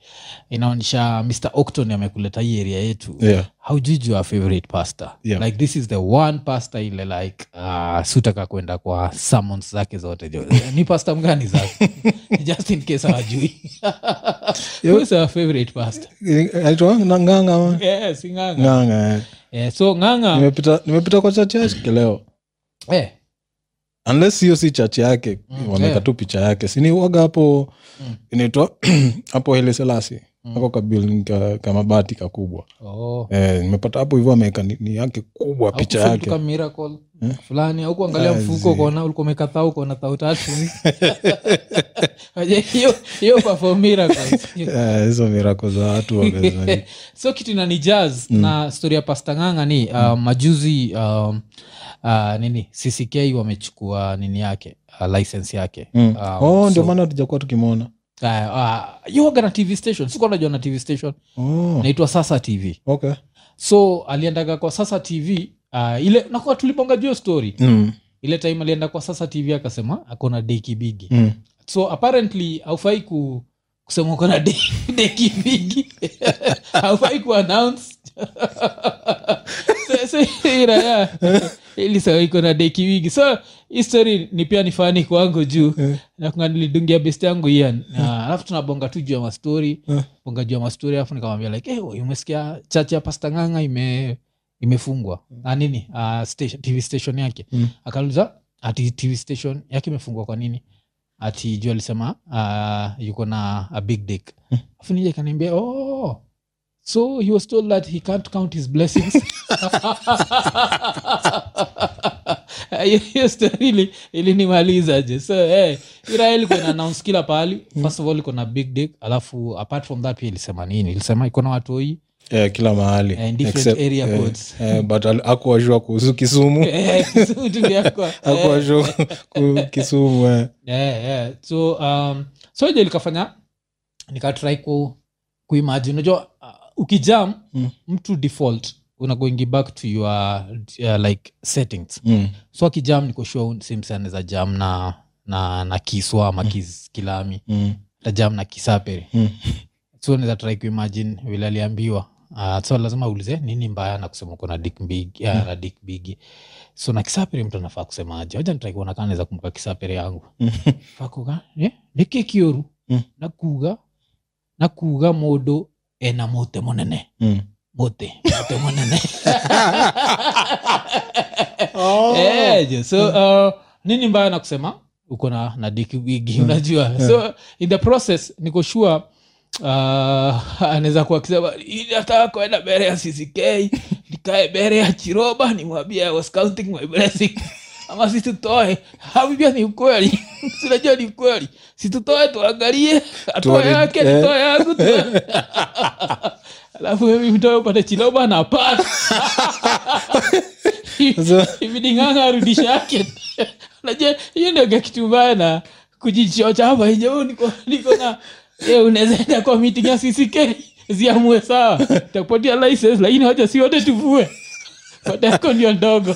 [SPEAKER 1] inaonyesha mr octon amekuleta hii area yetu
[SPEAKER 2] Yeah.
[SPEAKER 1] haujui jua our favorite pastor
[SPEAKER 2] Yeah.
[SPEAKER 1] like this is the one pastor ile like uh, sutaka kwenda kwa summons zake zote jo ni pastor mgani zake just in case hawajui who is our favorite pastor
[SPEAKER 2] aitwa na nganga ama?
[SPEAKER 1] yes nganga
[SPEAKER 2] nganga eh.
[SPEAKER 1] Eh, so nganga
[SPEAKER 2] nimepita nimepita kwa chachi yake leo
[SPEAKER 1] eh,
[SPEAKER 2] unless hiyo si chachi yake
[SPEAKER 1] Mm,
[SPEAKER 2] wameka
[SPEAKER 1] yeah.
[SPEAKER 2] tu picha yake sini waga hapo
[SPEAKER 1] Mm.
[SPEAKER 2] inaitwa hapo hele selasi ako ka building ka, ka mabati kakubwa
[SPEAKER 1] oh.
[SPEAKER 2] Eh, nimepata hapo hivyo ameweka ni, ni yake kubwa picha
[SPEAKER 1] Haukufeel
[SPEAKER 2] yake Eh?
[SPEAKER 1] tu kama miracle fulani au kuangalia
[SPEAKER 2] Ah,
[SPEAKER 1] mfuko
[SPEAKER 2] zi.
[SPEAKER 1] kona ulikuwa umeka thau kona thau tatu Aje, hiyo hiyo perform miracles.
[SPEAKER 2] Eh, hizo mirako za watu wameza-
[SPEAKER 1] so kitu inanijaz mm. na story ya pasta nganga ni uh,
[SPEAKER 2] Mm.
[SPEAKER 1] majuzi um, uh, nini cck wamechukua nini yake uh, license yake
[SPEAKER 2] Mm.
[SPEAKER 1] Um,
[SPEAKER 2] oh ndio
[SPEAKER 1] so-
[SPEAKER 2] maana tujakuwa tukimwona
[SPEAKER 1] uh, uh, yoga na tv station sikuwa najua na tv station
[SPEAKER 2] oh,
[SPEAKER 1] naitwa sasa tv
[SPEAKER 2] okay.
[SPEAKER 1] so aliendaga kwa sasa tv uh, ile nakuwa tulibonga juu hiyo story
[SPEAKER 2] mm.
[SPEAKER 1] ile time alienda kwa sasa tv akasema akona dekibigi
[SPEAKER 2] Mm.
[SPEAKER 1] so apparently haufai ku kusema uko na de- deki mingi haufai kuannounce So- so hii raya ilisema iko na deki mingi so history ni pia ni fani kwangu juu nakunga nilidungia best yangu ian na alafu tunabonga tu juu ya mastori bonga juu ya mastori alafu nikamwambia like hey, umesikia chache ya pasta nganga ime imefungwa na nini uh, station, tv station yake
[SPEAKER 2] Mm.
[SPEAKER 1] akauliza ati tv station yake imefungwa kwa nini ati juu alisema uh, yuko na a big dick afu nija kaniambia oh so he was told that he can't count his blessings Hiyo- hiyo story ili- ilinimaliza je so hey, israel kuna announce kila pahali first of all iko na big dick alafu apart from that pia ilisema nini ilisema iko na watoi
[SPEAKER 2] Eh, kila mahali
[SPEAKER 1] Eh, different area
[SPEAKER 2] eh,
[SPEAKER 1] codes.
[SPEAKER 2] eh, but al- hakuwajua kuhusu kisumu
[SPEAKER 1] Eh, so tuliakwa. Eh,
[SPEAKER 2] hakuwajua ku- kisumu eh.
[SPEAKER 1] yeah, yeah. so um, so ndio likafanya nikatrai ku kuimagine unajua uh, ukijam
[SPEAKER 2] Mm.
[SPEAKER 1] mtu default una going back to your uh, like settings
[SPEAKER 2] Mm.
[SPEAKER 1] so akijam niko sure sims anaweza jam na na na kiswa ama kis, kilami
[SPEAKER 2] Mm.
[SPEAKER 1] atajam na kisaperi
[SPEAKER 2] Mm.
[SPEAKER 1] so naweza try kuimagine vile aliambiwa uh, so lazima ulize nini mbaya na kusema uko na dik big uh, na dik bigi so na kisaperi mtu anafaa kusemaje aja nitrai kuona kaa naweza kumbuka kisaperi yangu
[SPEAKER 2] Mm.
[SPEAKER 1] fakuga eh? nikikioru
[SPEAKER 2] Mm.
[SPEAKER 1] nakuga nakuga mundu ena mute munene
[SPEAKER 2] Mm.
[SPEAKER 1] mute mute munene
[SPEAKER 2] Oh.
[SPEAKER 1] Eh, je, so
[SPEAKER 2] Mm.
[SPEAKER 1] uh, nini mbaya na kusema uko na na diki wigi
[SPEAKER 2] Mm.
[SPEAKER 1] unajua so in the process niko sure uh, anaweza kuwa akisema nataka kwenda bere ya cck nikae bere ya chiroba nimwambia I was counting my blessing ama situtoe avivyo ni ukweli sinajua ni ukweli situtoe tuangalie atoe
[SPEAKER 2] Tuone-
[SPEAKER 1] yake
[SPEAKER 2] eh.
[SPEAKER 1] nitoe yangu tuone. alafu mimi mtoe upate chiroba na pata
[SPEAKER 2] So-
[SPEAKER 1] ibiding'anga arudisha yake unajua hiyo ndio kitu mbaya na kujichocha hapa nje oh, niko niko na eh, unaweza enda kwa meeting ya CCK ziamue sawa takupatia license lakini wacha si wote tuvue fata yako ndio ndogo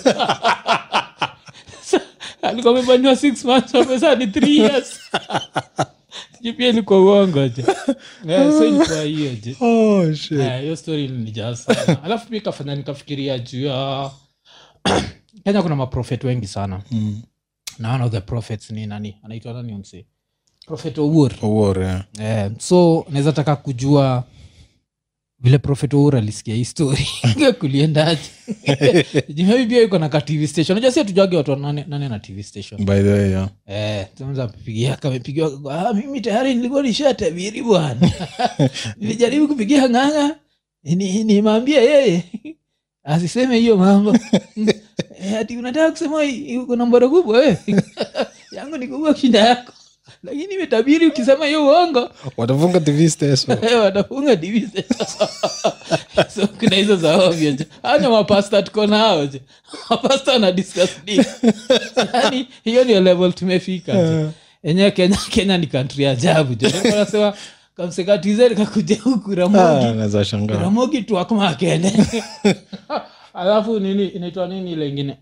[SPEAKER 1] Sa- alikuwa amebaniwa six months wamesa ni three years Sijui pia ilikuwa uongo je Eh, so ilikuwa hiyo je
[SPEAKER 2] Oh, shit.
[SPEAKER 1] Eh, hiyo story ilinijaa sana alafu pia ikafanya nikafikiria juu ya kenya kuna maprofet wengi sana
[SPEAKER 2] Mm.
[SPEAKER 1] na one of the prophets ni nani anaitwa nani msi prophet owuor
[SPEAKER 2] Owuor, eh.
[SPEAKER 1] eh, so naweza taka kujua vile prophet owuor alisikia hii story kuliendaje jimebi pia yuko na ka tv station unajua si atujage watu wa nane, nane na tv station
[SPEAKER 2] By the way, yeah.
[SPEAKER 1] Eh, tuanza kupigia kamepigiwa ah, mimi tayari nilikuwa nishatabiri bwana nilijaribu kupigia ng'ang'a ni- nimwambie yeye asiseme hiyo mambo Eh, ati unataka kusema i- i- uko na mboro kubwa we yangu ni kubwa kushinda yako lakini imetabiri ukisema hiyo uongo
[SPEAKER 2] watafunga tv station
[SPEAKER 1] eh, watafunga divise so kuna hizo za ovyo je ana mapasta tuko nao je mapasta wana discuss deep. yani hiyo ndio level tumefika je enyewe kenya kenya ni kantri ajabu jonasema kamsekatize kakuja huku ramogi
[SPEAKER 2] Ah, naweza shangaa
[SPEAKER 1] ramogi twakmakene alafu nini inaitwa nini ile ingine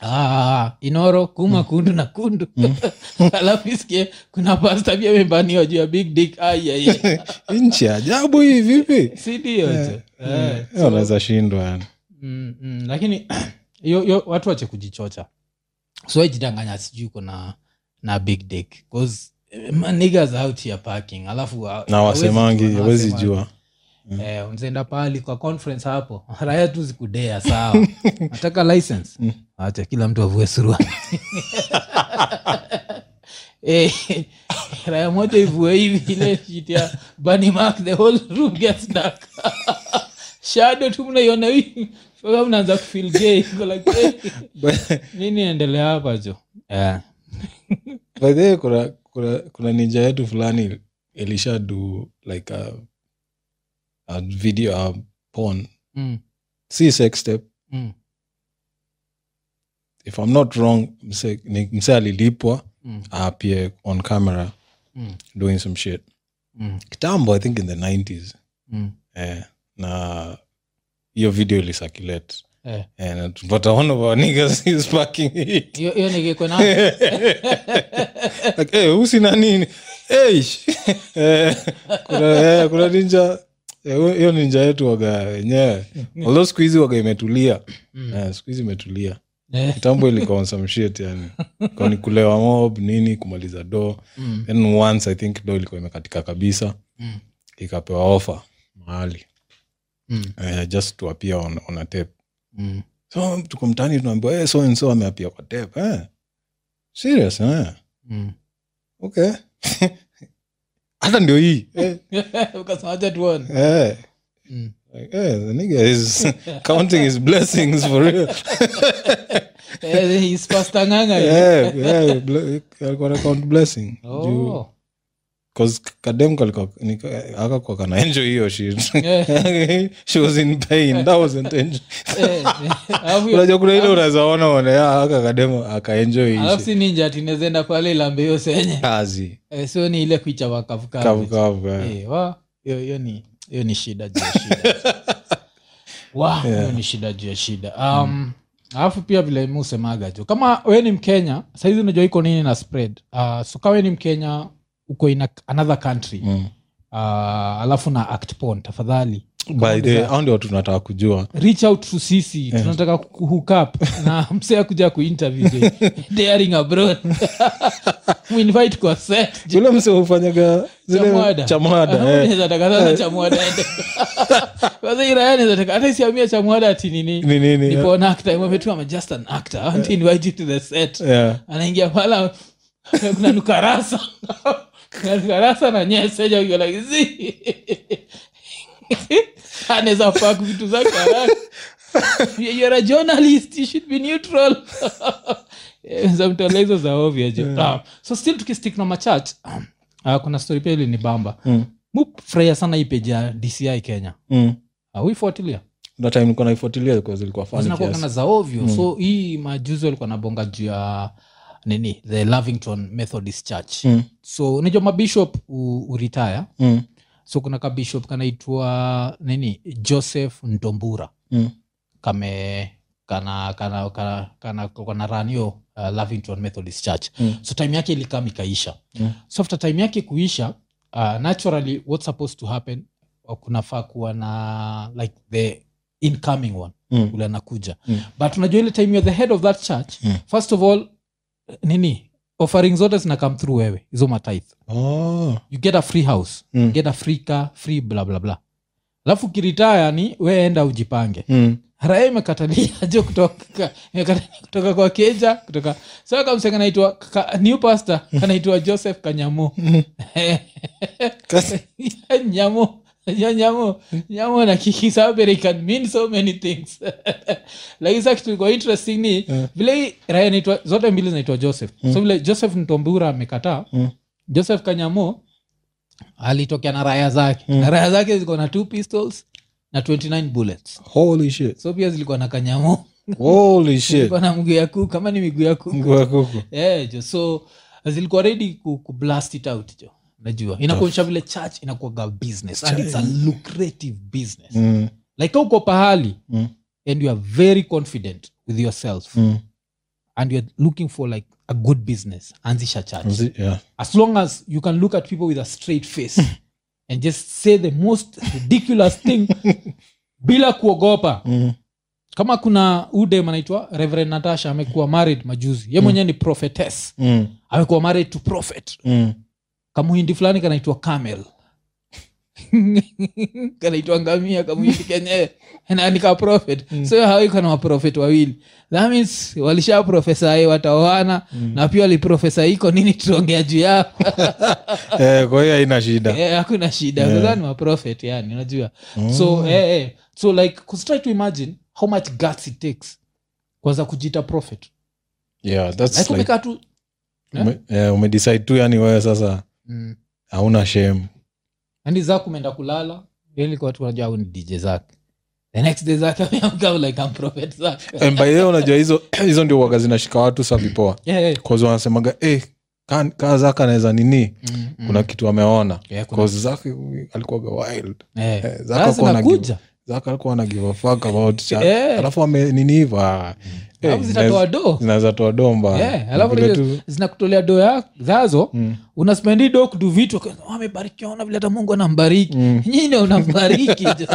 [SPEAKER 1] Ah, inoro kuma kundu na kundu alafu isikie kuna pasta pia membaniwa juu ya big dick aiaye
[SPEAKER 2] nchi ya ajabu hii vipi
[SPEAKER 1] sindio
[SPEAKER 2] Eh, eh, unaweza shindwa yani
[SPEAKER 1] mm, mm, lakini yo, yo, watu wache kujichocha siwajidanganya sijui kuna na big dick cause eh, manigas out here parking alafu wa-
[SPEAKER 2] na
[SPEAKER 1] hawezi
[SPEAKER 2] wasemangi
[SPEAKER 1] jua,
[SPEAKER 2] awezi
[SPEAKER 1] hawasemangi.
[SPEAKER 2] jua
[SPEAKER 1] Eh, unaenda pahali kwa conference hapo raya tu zikudea sawa nataka license
[SPEAKER 2] Mm.
[SPEAKER 1] acha kila mtu avue suruali Eh, raya moja ivue hivi ile shit ya bunny mark the whole room gets dark shadow tu mnaiona hivi mpaka mnaanza kufeel gay Iko like eh, nini endelea hapa jo Eh,
[SPEAKER 2] by the way, kuna, kuna, kuna ninja yetu fulani ilisha do like a, a video a porn
[SPEAKER 1] mm,
[SPEAKER 2] si sex step
[SPEAKER 1] mm,
[SPEAKER 2] if i'm not wrong mse ni- mse alilipwa
[SPEAKER 1] mm,
[SPEAKER 2] aapie on camera
[SPEAKER 1] mm,
[SPEAKER 2] doing some shit
[SPEAKER 1] mm,
[SPEAKER 2] kitambo i think in the 90s
[SPEAKER 1] mm.
[SPEAKER 2] eh, na hiyo video ilisacculate
[SPEAKER 1] Eh,
[SPEAKER 2] eh, na tupata one of our niggas is packing it
[SPEAKER 1] hiyo hiyo ningekuwa na
[SPEAKER 2] like, eh, hey, usi na nini hey. eh, kuna, eh, kuna ninja eh, huyo- hiyo ninja yetu waga wenyewe although siku hizi waga imetulia
[SPEAKER 1] Mm.
[SPEAKER 2] eh, siku hizi imetulia
[SPEAKER 1] Eh,
[SPEAKER 2] kitambo ilikuwa on some shit yani Ilikuwa ni kulewa mob nini kumaliza do
[SPEAKER 1] mm,
[SPEAKER 2] then once i think do ilikuwa imekatika kabisa
[SPEAKER 1] mm,
[SPEAKER 2] ikapewa ofa mahali
[SPEAKER 1] mm,
[SPEAKER 2] eh, just to appear on, on a tape
[SPEAKER 1] mm.
[SPEAKER 2] so tuko mtaani tunaambiwa hey, so and so ameapia kwa tape eh? serious eh?
[SPEAKER 1] Mm.
[SPEAKER 2] okay hata ndio hii eh,
[SPEAKER 1] Ukasema acha tuone
[SPEAKER 2] eh.
[SPEAKER 1] Mm.
[SPEAKER 2] Like, eh, the nigga is counting his blessings for real
[SPEAKER 1] Eh, he's pasta ng'ang'a yule.
[SPEAKER 2] Eh, eh, ble- alikuwa na count blessing Juu-
[SPEAKER 1] Oh.
[SPEAKER 2] 'cause kadem kalikuwa- nika- akakuwa kana enjoy hiyo shit
[SPEAKER 1] Eh,
[SPEAKER 2] she was in pain that wasn't enjoy
[SPEAKER 1] eh, alafu hiyo-
[SPEAKER 2] unajua kuna ile unaweza ona onea aka kadem akaenjoy hii
[SPEAKER 1] alafu si
[SPEAKER 2] shit.
[SPEAKER 1] ninja ati inaweza enda pale ilambe hiyo senye
[SPEAKER 2] kazi
[SPEAKER 1] Eh, sio ni ile kuicha wakavukavu
[SPEAKER 2] kavu kavu eh.
[SPEAKER 1] Eh, wa, hiyo- hiyo ni hiyo ni shida juu ya shida Wa, hiyo ni shida juu ya shida um, alafu pia vile mi usemaga tu kama we ni mkenya sahizi unajua iko nini na spread uh, so kama we ni mkenya uko in a, another country
[SPEAKER 2] Mm.
[SPEAKER 1] uh, alafu na act pon tafadhali
[SPEAKER 2] by the way, hao ndio watu tunataka kujua
[SPEAKER 1] reach out to sisi
[SPEAKER 2] Eh.
[SPEAKER 1] tunataka kuhook up na msee kuja kuinterview je. daring abroad we invite kwa set
[SPEAKER 2] yule mse ufanyaga zile
[SPEAKER 1] Chamwada.
[SPEAKER 2] chamwada
[SPEAKER 1] Ah,
[SPEAKER 2] eh.
[SPEAKER 1] unaweza taka sasa chamwada ende. Kwanza hii raya unaweza taka hata isiamia chamwada ati nini
[SPEAKER 2] ni nini eh.
[SPEAKER 1] nipo an actor umepetu ama just an actor I want to invite you to the set
[SPEAKER 2] Yeah.
[SPEAKER 1] anaingia pala kuna nukarasa kuna nukarasa na nyeseja ukiolakizi anaweza fak vitu zake haraka. you're a journalist you should be neutral Eh, za mtolea hizo za ovyo jo Ah, so still tukistick na machurch ah, kuna story pia ili ni bamba
[SPEAKER 2] Mm.
[SPEAKER 1] mufurahia sana hii page ya dci kenya
[SPEAKER 2] Mm.
[SPEAKER 1] Ah, huifuatilia
[SPEAKER 2] that time nilikuwa naifuatilia kwa zilikuwa funny
[SPEAKER 1] zinakuwa
[SPEAKER 2] kiasi.
[SPEAKER 1] kana za ovyo so hii majuzi walikuwa nabonga juu ya nini the lavington methodist church
[SPEAKER 2] Mm.
[SPEAKER 1] so unajua mabishop u- uretire
[SPEAKER 2] Mm.
[SPEAKER 1] so kuna kabishop kanaitwa nini joseph ndombura
[SPEAKER 2] Mm.
[SPEAKER 1] kame kana kana kana kana, kana run hiyo uh, lavington methodist church
[SPEAKER 2] Mm.
[SPEAKER 1] so time yake ilikam ikaisha
[SPEAKER 2] Mm.
[SPEAKER 1] so after time yake kuisha uh, naturally what's supposed to happen uh, kunafaa kuwa na like the incoming one
[SPEAKER 2] Mm.
[SPEAKER 1] ule anakuja
[SPEAKER 2] Mm.
[SPEAKER 1] but unajua ile time you're the head of that church
[SPEAKER 2] Mm.
[SPEAKER 1] first of all eh, nini offering zote zina come through wewe hizo matithe
[SPEAKER 2] Oh.
[SPEAKER 1] you get a free house
[SPEAKER 2] Mm.
[SPEAKER 1] get a free car free bla bla bla alafu kiritaya ni we enda ujipange
[SPEAKER 2] Mm.
[SPEAKER 1] raha imekatalia jo kutoka imekatalia kutoka kwa keja kutoka so kamseng anaitwa ka, new pastor anaitwa joseph kanyamu
[SPEAKER 2] Kasi-
[SPEAKER 1] nyamo Yo, nyamo nyamo na kikisaber it can mean so many things lakini sa kitu ilikuwa interesting ni
[SPEAKER 2] Mm.
[SPEAKER 1] vile hii raia inaitwa zote mbili zinaitwa joseph so vile joseph ntombura amekataa
[SPEAKER 2] Mm.
[SPEAKER 1] joseph kanyamo alitokea na raya zake
[SPEAKER 2] Mm.
[SPEAKER 1] na raya zake zilikuwa na two pistols na 29 bullets
[SPEAKER 2] Holy shit.
[SPEAKER 1] so pia zilikuwa na kanyamo
[SPEAKER 2] Holy shit.
[SPEAKER 1] zilikuwa na mguu ya kuku kama ni miguu ya kuku
[SPEAKER 2] Mungu wa kuku.
[SPEAKER 1] Eh, jo so zilikuwa ready ku, ku blast it out jo najua inakuonyesha vile church inakuaga business and it's a lucrative business
[SPEAKER 2] Mm.
[SPEAKER 1] like uko pahali
[SPEAKER 2] Mm.
[SPEAKER 1] and you are very confident with yourself
[SPEAKER 2] Mm.
[SPEAKER 1] and you're looking for like a good business anzisha church
[SPEAKER 2] Mzi- yeah.
[SPEAKER 1] as long as you can look at people with a straight face and just say the most ridiculous thing bila kuogopa
[SPEAKER 2] Mm.
[SPEAKER 1] kama kuna udem anaitwa reverend natasha amekuwa married majuzi ye mwenyewe ni prophetess
[SPEAKER 2] Mm.
[SPEAKER 1] amekuwa married to prophet
[SPEAKER 2] Mm.
[SPEAKER 1] kamuhindi fulani kanaitwa camel kanaitwa ngamia kamuhindi kenyewe nanika prophet so hawikana waprofet wawili that means walisha profesae wataoana na pia waliprofesa iko nini tuongea juu yao
[SPEAKER 2] Eh, kwa hiyo haina shida
[SPEAKER 1] Eh, hakuna shida
[SPEAKER 2] Yeah.
[SPEAKER 1] yeah. ni maprofet yani unajua
[SPEAKER 2] Mm.
[SPEAKER 1] so eh, eh, so like 'cause try to imagine how much guts it takes kwanza kujiita prophet
[SPEAKER 2] yeah, that's
[SPEAKER 1] like
[SPEAKER 2] like,
[SPEAKER 1] umekaa tu eh?
[SPEAKER 2] ume, eh, umedecide tu yani wewe sasa
[SPEAKER 1] mm.
[SPEAKER 2] hauna shame
[SPEAKER 1] andi zako umeenda kulala ilikuwa tu unajua au ni dj zake the next day zake ameamka like I'm prophet zake
[SPEAKER 2] And by the way, unajua hizo hizo ndio waga zinashika watu sa vipoa
[SPEAKER 1] yeah, yeah.
[SPEAKER 2] cause wanasemaga eh, ka- kaa zaka anaweza nini
[SPEAKER 1] Mm, mm.
[SPEAKER 2] kuna kitu ameona
[SPEAKER 1] Yeah, kuna-
[SPEAKER 2] cause zaka alikuwaga wild
[SPEAKER 1] Eh,
[SPEAKER 2] eh, zaka
[SPEAKER 1] sasa
[SPEAKER 2] kuwa na
[SPEAKER 1] zinakuja.
[SPEAKER 2] zaka alikuwa na give a fuck about cha
[SPEAKER 1] Eh. Mm.
[SPEAKER 2] alafu ame nini hivyo ah, eh,
[SPEAKER 1] Alafu zitatoa do
[SPEAKER 2] zinaweza toa domba
[SPEAKER 1] Yeah, alafu
[SPEAKER 2] Ah, Vile
[SPEAKER 1] unajua
[SPEAKER 2] tu-
[SPEAKER 1] zinakutolea do ya zazo
[SPEAKER 2] Mm.
[SPEAKER 1] unaspendi do kudu vitu kwa- wamebarikiwa ona vile hata mungu anambariki
[SPEAKER 2] Mm.
[SPEAKER 1] nyine unambariki jo.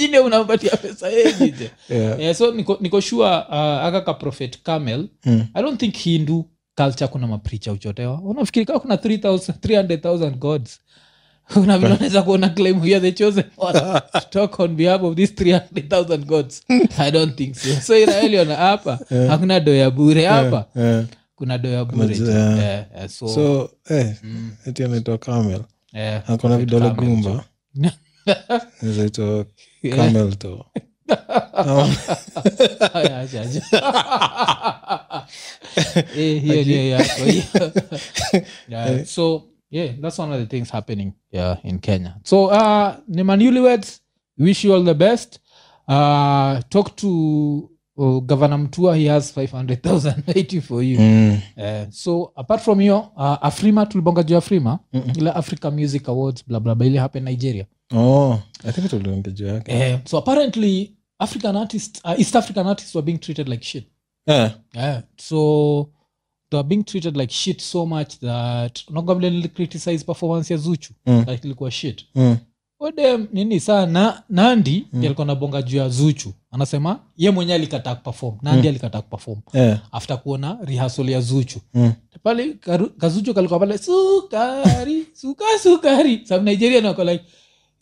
[SPEAKER 1] nyine unampatia pesa yengi jo.
[SPEAKER 2] Yeah.
[SPEAKER 1] Eh, so niko, niko sure uh, aka ka prophet camel
[SPEAKER 2] Mm.
[SPEAKER 1] i don't think hindu culture kuna mapricha uchotewa unafikiri kaa kuna 3,000 300000 gods una vile unaweza kuona claim we are the chosen one to talk on behalf of these 300000 gods i don't think so so israeli ona hapa hakuna do ya bure hapa
[SPEAKER 2] Eh,
[SPEAKER 1] kuna do ya bure
[SPEAKER 2] Kuna-
[SPEAKER 1] tu.
[SPEAKER 2] yeah.
[SPEAKER 1] Eh, eh, so,
[SPEAKER 2] so eh,
[SPEAKER 1] mm,
[SPEAKER 2] eti anaitwa camel
[SPEAKER 1] eh,
[SPEAKER 2] akona
[SPEAKER 1] prophet
[SPEAKER 2] vidole
[SPEAKER 1] Camel.
[SPEAKER 2] gumba nazaitwa camel to Oh.
[SPEAKER 1] Aya, acha, acha. Eh, hiyo ndio yako, hiyo. Yeah, so yeah that's one of the things happening yeah, in kenya so uh, ni manewliweds wish you all the best uh, talk to oh, governor mtua he has 500000 waiting for you
[SPEAKER 2] Mm.
[SPEAKER 1] Eh, so apart from hiyo uh, afrima tulibonga juu ya afrima
[SPEAKER 2] Mm-mm.
[SPEAKER 1] ile africa music awards blablabla ile hapa nigeria
[SPEAKER 2] Oh, I think tuliongea juu yake.
[SPEAKER 1] eh, so apparently african artists, uh, east african artists were being treated like shit
[SPEAKER 2] Eh,
[SPEAKER 1] yeah. so they were being treated like shit so much that nakumbuka vile nilicriticize performance ya zuchu
[SPEAKER 2] Mm.
[SPEAKER 1] that ilikuwa shit
[SPEAKER 2] mm,
[SPEAKER 1] ode nini saa na, nandi
[SPEAKER 2] Mm.
[SPEAKER 1] mm. alikuwa nabonga juu ya zuchu anasema ye mwenyewe alikataa kuperform nandi
[SPEAKER 2] Mm.
[SPEAKER 1] alikataa kuperform
[SPEAKER 2] eh,
[SPEAKER 1] after kuona rehearsal ya zuchu
[SPEAKER 2] mm.
[SPEAKER 1] pale karu- kazuchu kalikuwa pale sukari suka sukari some nigerian wako like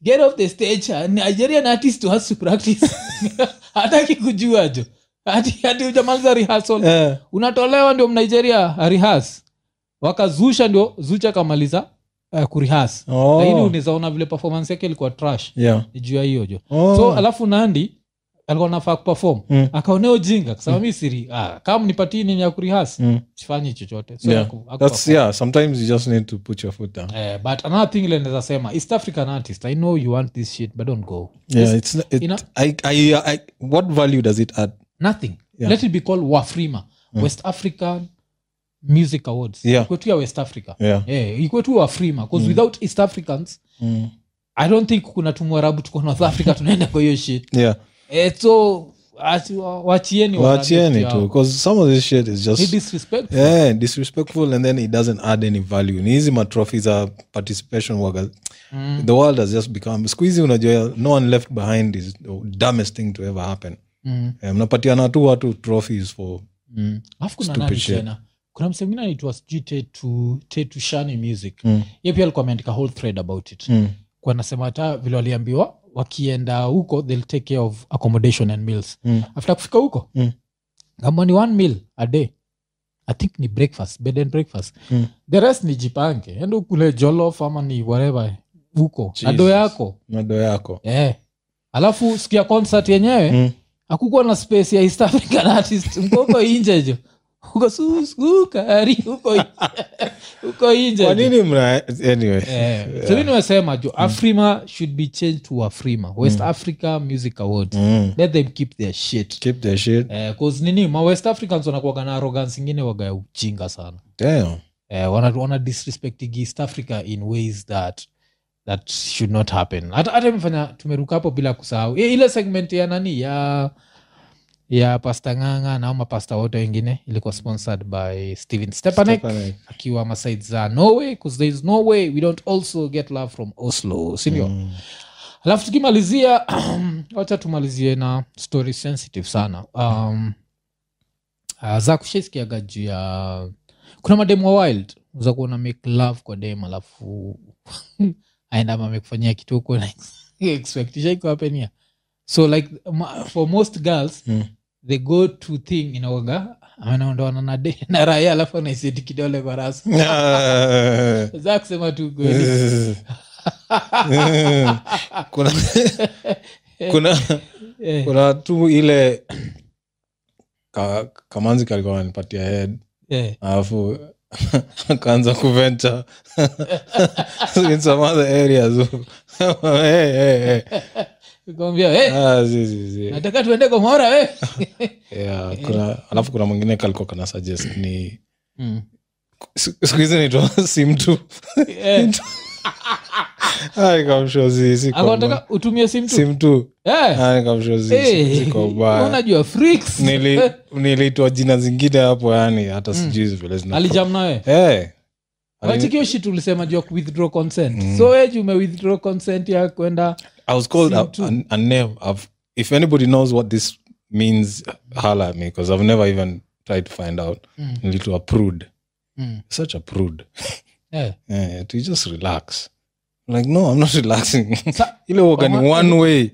[SPEAKER 1] get off the stage a nigerian artist has to practice hataki kujua jo hati hati hujamaliza rehearsal
[SPEAKER 2] Eh,
[SPEAKER 1] unatolewa ndio mnigeria arihas wakazusha ndio zucha akamaliza uh, kurihas
[SPEAKER 2] oh,
[SPEAKER 1] lakini unaweza ona vile performance yake ilikuwa trash
[SPEAKER 2] yeah.
[SPEAKER 1] ni juu ya hiyo jo
[SPEAKER 2] Oh,
[SPEAKER 1] so alafu nandi alikuwa nafaa kuperform
[SPEAKER 2] Mm.
[SPEAKER 1] akaonea ujinga kasema mi siri ah, kama nipatii nini ya kurihas
[SPEAKER 2] mm.
[SPEAKER 1] sifanyi chochote so
[SPEAKER 2] Yeah.
[SPEAKER 1] haku- hakuperform.
[SPEAKER 2] That's, yeah, sometimes you just need to put your foot down.
[SPEAKER 1] Eh, but another thing ile naweza sema east african artist i know you want this shit but don't go
[SPEAKER 2] Yeah,
[SPEAKER 1] It's
[SPEAKER 2] it's, n- it,
[SPEAKER 1] you know-
[SPEAKER 2] I, I, I, what value does it add?
[SPEAKER 1] nothing
[SPEAKER 2] Yeah.
[SPEAKER 1] let it be called wafrima
[SPEAKER 2] Mm.
[SPEAKER 1] west african music awards
[SPEAKER 2] Yeah.
[SPEAKER 1] Ikuwe tu ya west africa
[SPEAKER 2] Yeah.
[SPEAKER 1] yeah, ikuwe Eh, tu wafrima because
[SPEAKER 2] Mm.
[SPEAKER 1] without east africans
[SPEAKER 2] Mm.
[SPEAKER 1] i don't think kuna tumwarabu tuko north africa tunaenda kwa hiyo shit
[SPEAKER 2] Yeah.
[SPEAKER 1] eh, so ati- wa- wachieni
[SPEAKER 2] Wachieni
[SPEAKER 1] wachieni
[SPEAKER 2] tu, because some of this shit is just
[SPEAKER 1] disrespect
[SPEAKER 2] yeah, disrespectful and then it doesn't add any value ni hizi matrophy za participation workers
[SPEAKER 1] mm.
[SPEAKER 2] the world has just become squeezy unajua no one left behind is the dumbest thing to ever happen
[SPEAKER 1] mm.
[SPEAKER 2] Eh, mnapatiana tu watu trophies for
[SPEAKER 1] mm. alafu kuna
[SPEAKER 2] Stupid
[SPEAKER 1] nani
[SPEAKER 2] shit.
[SPEAKER 1] tena kuna msee mwingine anaitwa sijui tetu tetu shani music
[SPEAKER 2] mm,
[SPEAKER 1] ye pia alikuwa ameandika whole thread about it
[SPEAKER 2] mm,
[SPEAKER 1] kwa nasema hata vile waliambiwa wakienda huko they'll take care of accommodation and meals
[SPEAKER 2] mm,
[SPEAKER 1] after kufika huko
[SPEAKER 2] Mm.
[SPEAKER 1] kama ni one meal a day i think ni breakfast bed and breakfast
[SPEAKER 2] mm.
[SPEAKER 1] the rest ni jipange endo kule jolof ama ni whatever huko
[SPEAKER 2] Jesus.
[SPEAKER 1] nado yako
[SPEAKER 2] nado yako
[SPEAKER 1] eh. alafu siku ya concert yenyewe
[SPEAKER 2] Mm.
[SPEAKER 1] hakukuwa na space ya east african artist Mko huko inje jo huko su- sukari huko in- huko inje
[SPEAKER 2] kwa
[SPEAKER 1] jo.
[SPEAKER 2] nini Mm. mna anyway
[SPEAKER 1] Eh, so mimi nimesema jo afrima should be changed to afrima west africa music awards
[SPEAKER 2] Mm.
[SPEAKER 1] let them keep their shit
[SPEAKER 2] keep the shit
[SPEAKER 1] eh, 'cause nini ma west africans wanakuwaga na arrogance ingine waga ya ujinga sana
[SPEAKER 2] damn
[SPEAKER 1] eh, wana, wana disrespecting east africa in ways that that should not happen hata hata imefanya tumeruka hapo bila kusahau I- ile segment ya nani ya ya pasta nganga na au mapasta wote wengine ilikuwa sponsored by steven stepanek
[SPEAKER 2] Stepanek.
[SPEAKER 1] akiwa masaid za norway bcause there is no way we don't also get love from oslo sindio mm.
[SPEAKER 2] Mm.
[SPEAKER 1] alafu tukimalizia wacha tumalizie na story sensitive sana um, uh, za kushaisikiaga juu ya kuna mademu wa wild za kuona make love kwa dem alafu aenda ama amekufanyia kitu huko na expect ishaikuapenia so like ma, for most girls
[SPEAKER 2] Mm.
[SPEAKER 1] the go to thing inaoga anaondoana na, de- na raya alafu anaiseti kidole kwa rasa
[SPEAKER 2] Ah.
[SPEAKER 1] za kusema tu
[SPEAKER 2] Eh.
[SPEAKER 1] kweli
[SPEAKER 2] kuna kuna
[SPEAKER 1] Eh,
[SPEAKER 2] kuna tu ile ka, kamanzi kalikuwa ananipatia head
[SPEAKER 1] eh.
[SPEAKER 2] alafu akaanza kuventa in some other areas hey, hey, hey.
[SPEAKER 1] Nikamwambia, eh,
[SPEAKER 2] Ah, zi, zi, zi.
[SPEAKER 1] nataka tuende eh." komora we
[SPEAKER 2] Yeah, kuna alafu kuna mwingine kalikuwa kana suggest ni siku siku hizi naitwa sim tu
[SPEAKER 1] Eh,
[SPEAKER 2] Ah, nikamshow zi- si kwa mbaya.
[SPEAKER 1] akataka utumie simu tu
[SPEAKER 2] sim tu
[SPEAKER 1] Eh,
[SPEAKER 2] Ah, nikamshow zi-
[SPEAKER 1] eh,
[SPEAKER 2] si- si kwa mbaya.
[SPEAKER 1] unajua freaks. Eh,
[SPEAKER 2] Nili- niliitwa jina zingine hapo yani hata
[SPEAKER 1] Mm.
[SPEAKER 2] sijui vile zina-
[SPEAKER 1] alijam nawe
[SPEAKER 2] Eh. Alini-
[SPEAKER 1] wachikio shit ulisema juu ya withdraw consent
[SPEAKER 2] Mm.
[SPEAKER 1] so weji ume withdraw consent ya kwenda
[SPEAKER 2] I was called
[SPEAKER 1] Sim
[SPEAKER 2] a,
[SPEAKER 1] too.
[SPEAKER 2] a, a name. I've, if anybody knows what this means, holla at me because I've never even tried to find out.
[SPEAKER 1] Mm.
[SPEAKER 2] Little a prude,
[SPEAKER 1] Mm.
[SPEAKER 2] such a prude.
[SPEAKER 1] Eh.
[SPEAKER 2] Yeah, to just relax. Like no, I'm not relaxing.
[SPEAKER 1] Sa-
[SPEAKER 2] Ile woga ni
[SPEAKER 1] Mama-
[SPEAKER 2] one way.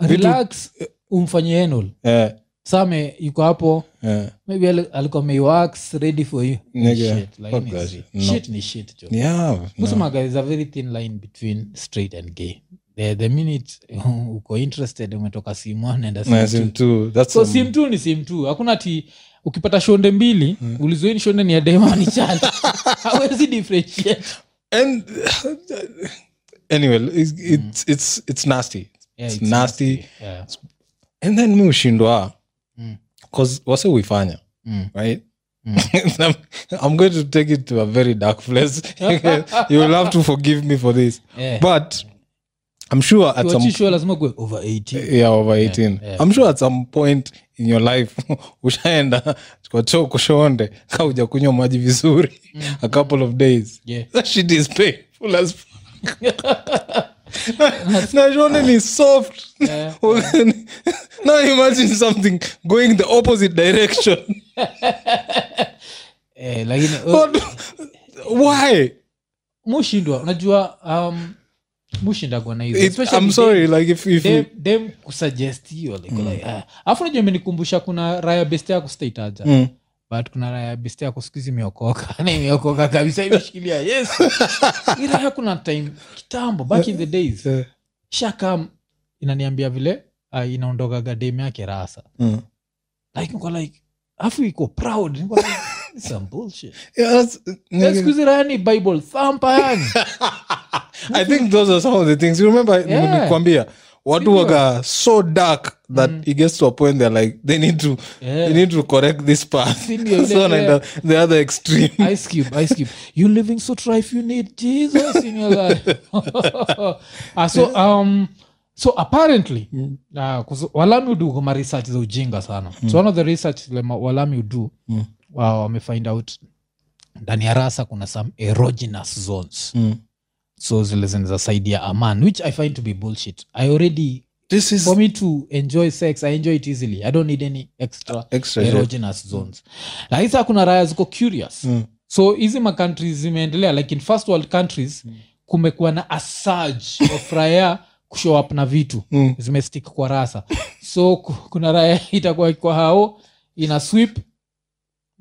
[SPEAKER 2] Vitu-
[SPEAKER 1] relax umfanyie anal
[SPEAKER 2] Yeah,
[SPEAKER 1] same yuko hapo
[SPEAKER 2] yeah.
[SPEAKER 1] maybe ali- alikuwa meiwax ready for you
[SPEAKER 2] Nigga,
[SPEAKER 1] Shit, lakini
[SPEAKER 2] fuck that
[SPEAKER 1] si-
[SPEAKER 2] shit. No.
[SPEAKER 1] shit ni shit jo
[SPEAKER 2] Yeah, no.
[SPEAKER 1] kusema there is a very thin line between straight and gay the, the minute uko interested umetoka simu one naenda
[SPEAKER 2] No,
[SPEAKER 1] simu
[SPEAKER 2] sim
[SPEAKER 1] two.
[SPEAKER 2] too. That's
[SPEAKER 1] so
[SPEAKER 2] um,
[SPEAKER 1] sim tu ni sim tu hakuna ti ukipata shonde mbili
[SPEAKER 2] Hmm.
[SPEAKER 1] ulizoini shonde ni adema ni chana hawezi differentiate
[SPEAKER 2] and anyway, it's it's it's, it's nasty.
[SPEAKER 1] Yeah,
[SPEAKER 2] it's,
[SPEAKER 1] it's
[SPEAKER 2] nasty.
[SPEAKER 1] yeah.
[SPEAKER 2] And then me ushindwa.
[SPEAKER 1] Mm.
[SPEAKER 2] 'Cause wase huifanya
[SPEAKER 1] Mm.
[SPEAKER 2] right
[SPEAKER 1] Mm.
[SPEAKER 2] I'm- i'm going to take it to a very dark place you will have to forgive me for this
[SPEAKER 1] Yeah.
[SPEAKER 2] but i'm sure at some Eh.
[SPEAKER 1] Kiwachisho lazima kuwe over 80
[SPEAKER 2] yeah over 18
[SPEAKER 1] yeah.
[SPEAKER 2] i'm sure at some point in your life ushaenda kwa choo kushonde ka hujakunywa maji vizuri a couple of days
[SPEAKER 1] Yeah.
[SPEAKER 2] that shit is painful as fuck. na, na shonde ni soft
[SPEAKER 1] Yeah.
[SPEAKER 2] now imagine something going the opposite direction
[SPEAKER 1] Eh, lakini
[SPEAKER 2] What- why
[SPEAKER 1] mushindwa unajua um, mushindagwa na hizo
[SPEAKER 2] It,
[SPEAKER 1] Especially
[SPEAKER 2] i'm sorry like if, Hmm. if
[SPEAKER 1] dem, dem kusuggest hiyo like, like, ah. alafu najua imenikumbusha kuna raya best yako sitaitaja
[SPEAKER 2] Mm.
[SPEAKER 1] but kuna raya best yako sikuhizi imeokoka na imeokoka kabisa imeshikilia yesu Hii raya kuna time kitambo back in the days
[SPEAKER 2] Yeah.
[SPEAKER 1] shakam inaniambia vile uh, inaondokaga dem yake rasa
[SPEAKER 2] Mm.
[SPEAKER 1] like niko like afu iko proud niko like, "This is some bullshit Eh,
[SPEAKER 2] Yeah, that's-
[SPEAKER 1] Na sikuhizi raya ni bible thumpa yani
[SPEAKER 2] i think those are some of the things you remember
[SPEAKER 1] Yeah.
[SPEAKER 2] nilikwambia watu
[SPEAKER 1] Sivyo?
[SPEAKER 2] waga so dark that it gets to a point they're like they need to
[SPEAKER 1] Yeah.
[SPEAKER 2] they need to correct this path
[SPEAKER 1] Sivyo,
[SPEAKER 2] so
[SPEAKER 1] yeah,
[SPEAKER 2] wanaenda the other extreme
[SPEAKER 1] Ice Cube, Ice Cube. You living so trife, you need Jesus in your life. Ah, so, um, so apparently
[SPEAKER 2] Mm.
[SPEAKER 1] ah, 'cause walami udu kama research za ujinga sana so one of the research zile ma- walami udu
[SPEAKER 2] Mm.
[SPEAKER 1] wa- wamefind out ndani ya rasa kuna some erogenous zones
[SPEAKER 2] Mm.
[SPEAKER 1] so zile zinazasaidia a man which i find to be bullshit i already
[SPEAKER 2] this is
[SPEAKER 1] for me to enjoy sex i enjoy it easily i don't need any extra
[SPEAKER 2] extra shit.
[SPEAKER 1] erogenous zones lakini saa kuna raya ziko curious
[SPEAKER 2] Mm.
[SPEAKER 1] so hizi makantri zimeendelea like in first world countries mm. kumekuwa na a surge of raya kushow up na vitu
[SPEAKER 2] Mm.
[SPEAKER 1] zimestick kwa rasa so ku- kuna raya itakuwa kwa hao ina sweep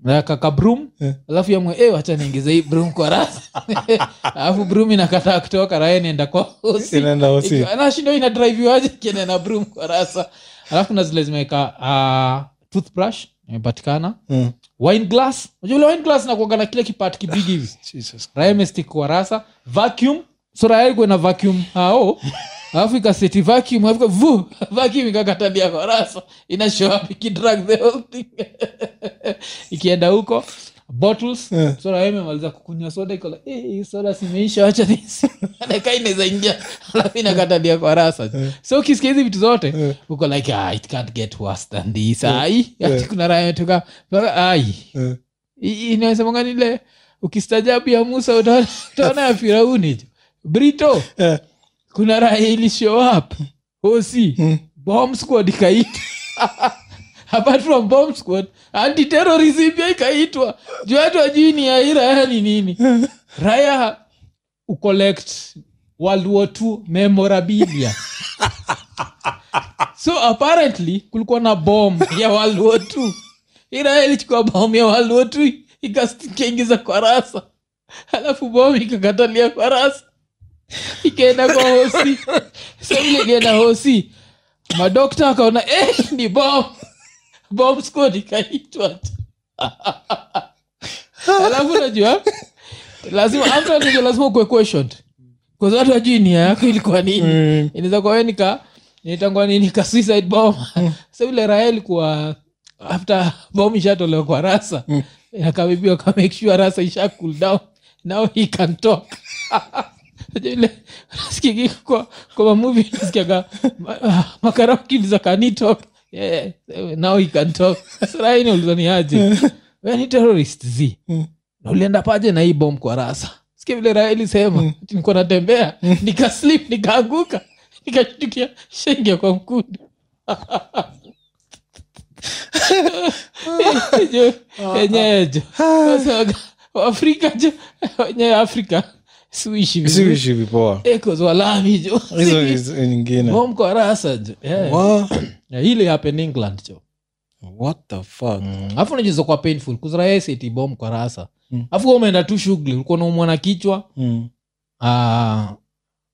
[SPEAKER 1] nakaka brum
[SPEAKER 2] Eh.
[SPEAKER 1] alafu yamwe e wacha niingize hii brum kwa rasa alafu brum inakataa kutoka raya inaenda kwa hosi
[SPEAKER 2] Inaenda hosi.
[SPEAKER 1] nashindo ina driviwaje kienda na brum kwa rasa alafu na zile zimeweka uh, toothbrush imepatikana
[SPEAKER 2] Mm.
[SPEAKER 1] wine glass unajua ile wine glass nakuaga na kile kipati kibigi hivi
[SPEAKER 2] Jesus.
[SPEAKER 1] raya imestick kwa rasa vacuum so raya ilikuwa na vacuum hao alafu ikaseti vacuum alafu ika- vu vacuum ikakatalia kwa rasa ina show up ikidrag the whole thing ikienda huko bottles
[SPEAKER 2] Yeah.
[SPEAKER 1] so raya imemaliza kukunywa soda ikola eh hii soda simeisha wacha nisi nakaa inaweza ingia alafu inakatalia kwa rasa so ukisikia hizi vitu zote
[SPEAKER 2] Yeah.
[SPEAKER 1] uko like ah, it can't get worse than this ai
[SPEAKER 2] Yeah.
[SPEAKER 1] ati kuna raya imetoka ai
[SPEAKER 2] Eh.
[SPEAKER 1] inasemanga ile ukistajabu ya musa utaona utaona ya firauni jo brito
[SPEAKER 2] Eh.
[SPEAKER 1] kuna raha ili show up hosi
[SPEAKER 2] Mm.
[SPEAKER 1] bomb squad ikaitwa apart from bomb squad antiterrorism pia ikaitwa juu hatu ajui ni ya hii raha ni nini raya ucollect world war two memorabilia so apparently kulikuwa na bom ya world war two iraya ilichukua bom ya world war two ikaingiza kwa rasa alafu bom ikakatalia kwa rasa ikaenda kwa hosi so ile ikaenda hosi madokta akaona eh, ni bom bom squad ikaitwa alafu unajua lazima after unajua lazima ukuwe questioned kwa sababu watu wajui nia yako ilikuwa nini
[SPEAKER 2] Mm.
[SPEAKER 1] inaweza kuwa wewe nika nitangwa nini ka suicide bomb sa ile raha ilikuwa after bomb ishatolewa kwa rasa akabibiwa ka make sure rasa isha cool down now he can talk Unajua ile sikiki kwa kwa mamuvi nasikiaga ma- ah, makarauki ndizo kanitok yeah, now he can talk sarahi ni aje we ni terrorist z
[SPEAKER 2] Mm.
[SPEAKER 1] na ulienda paje na hii bom kwa rasa sikia vile raha ilisema
[SPEAKER 2] Mm.
[SPEAKER 1] ati nilikuwa natembea nikaslip nikaanguka nikashtukia shenge kwa mkundi Jo, enyeejo afrika jo wenyewe afrika suishi vizuri.
[SPEAKER 2] Siwishi vipoa
[SPEAKER 1] Eh, 'cause walami jo
[SPEAKER 2] hizo hizo nyingine
[SPEAKER 1] bom kwa rasa jo Yeah.
[SPEAKER 2] Wha-
[SPEAKER 1] Yeah, hili happen england jo
[SPEAKER 2] what the fuck
[SPEAKER 1] alafu unajiza kwa painful kuzraeseti bom kwa rasa
[SPEAKER 2] Mm.
[SPEAKER 1] alafu wewe umeenda tu shughuli ulikuwa naumwa na kichwa
[SPEAKER 2] Mm.
[SPEAKER 1] ah,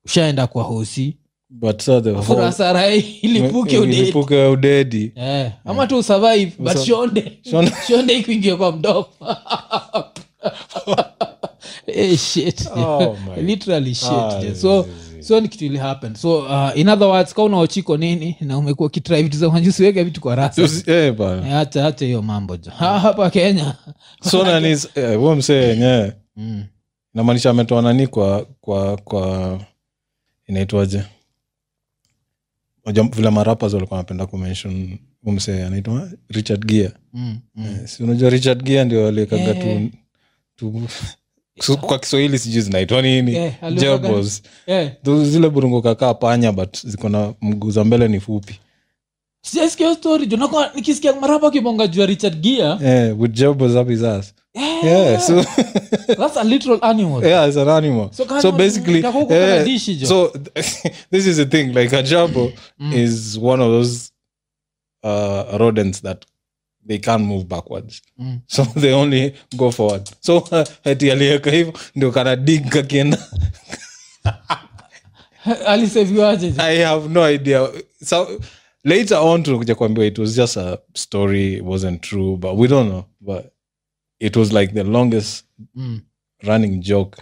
[SPEAKER 1] ushaenda kwa hosi
[SPEAKER 2] but so the whole-
[SPEAKER 1] furasa rae ilipuke udeti
[SPEAKER 2] Eh, Ilipuke udedi
[SPEAKER 1] Eh, ama tu usurvive but
[SPEAKER 2] Usa-
[SPEAKER 1] shonde
[SPEAKER 2] Shonde.
[SPEAKER 1] shonde ikuingia kwa mdomo Eh, shit.
[SPEAKER 2] Oh my
[SPEAKER 1] literally Eh, shit
[SPEAKER 2] Ah,
[SPEAKER 1] yeah. so
[SPEAKER 2] zi- zi- reason
[SPEAKER 1] so ni kitu ilihappen so uh, in other words ka unaochiko nini na umekuwa kitrive vitu za majusiweke vitu kwa rasa
[SPEAKER 2] so, eh, bana.
[SPEAKER 1] Eh, acha acha hiyo mambo jo Ha, hapa kenya
[SPEAKER 2] so nani eh, huo msee wenyewe
[SPEAKER 1] mm.
[SPEAKER 2] namaanisha ametoa nani kwa kwa kwa inaitwaje Unajua vile marapas walikuwa wanapenda kumention huyu msee anaitwa richard gear
[SPEAKER 1] Mm. Mm.
[SPEAKER 2] Eh, si unajua richard gear ndio aliwekaga
[SPEAKER 1] Eh.
[SPEAKER 2] tu, tu so- kwa kiswahili sijui zinaitwa nini
[SPEAKER 1] Eh, aliwekaga-
[SPEAKER 2] Jailbirds.
[SPEAKER 1] Eh,
[SPEAKER 2] Tu- zile burungo kakaa panya but ziko na mguu za mbele ni fupi
[SPEAKER 1] sijaisikia hiyo story jo nakuwa nikisikia marapa akibonga juu ya richard gia
[SPEAKER 2] eh, with jailbirds up his ass yeah, so,
[SPEAKER 1] that's a literal animal
[SPEAKER 2] yeah, it's an animal
[SPEAKER 1] So kama
[SPEAKER 2] so
[SPEAKER 1] ni-
[SPEAKER 2] basically
[SPEAKER 1] kako kutoka
[SPEAKER 2] eh,
[SPEAKER 1] dishi jo.
[SPEAKER 2] so this is the thing like a jabo is one of those uh, rodents that they can't move backwards
[SPEAKER 1] Mm.
[SPEAKER 2] so they only go forward so uh, eti aliweka hivyo ndio kana dig kakienda
[SPEAKER 1] aliseviwaje jo?
[SPEAKER 2] i have no idea so later on tunakuja kuambiwa it was just a story it wasn't true but we don't know but it was like the longest
[SPEAKER 1] Mm.
[SPEAKER 2] running joke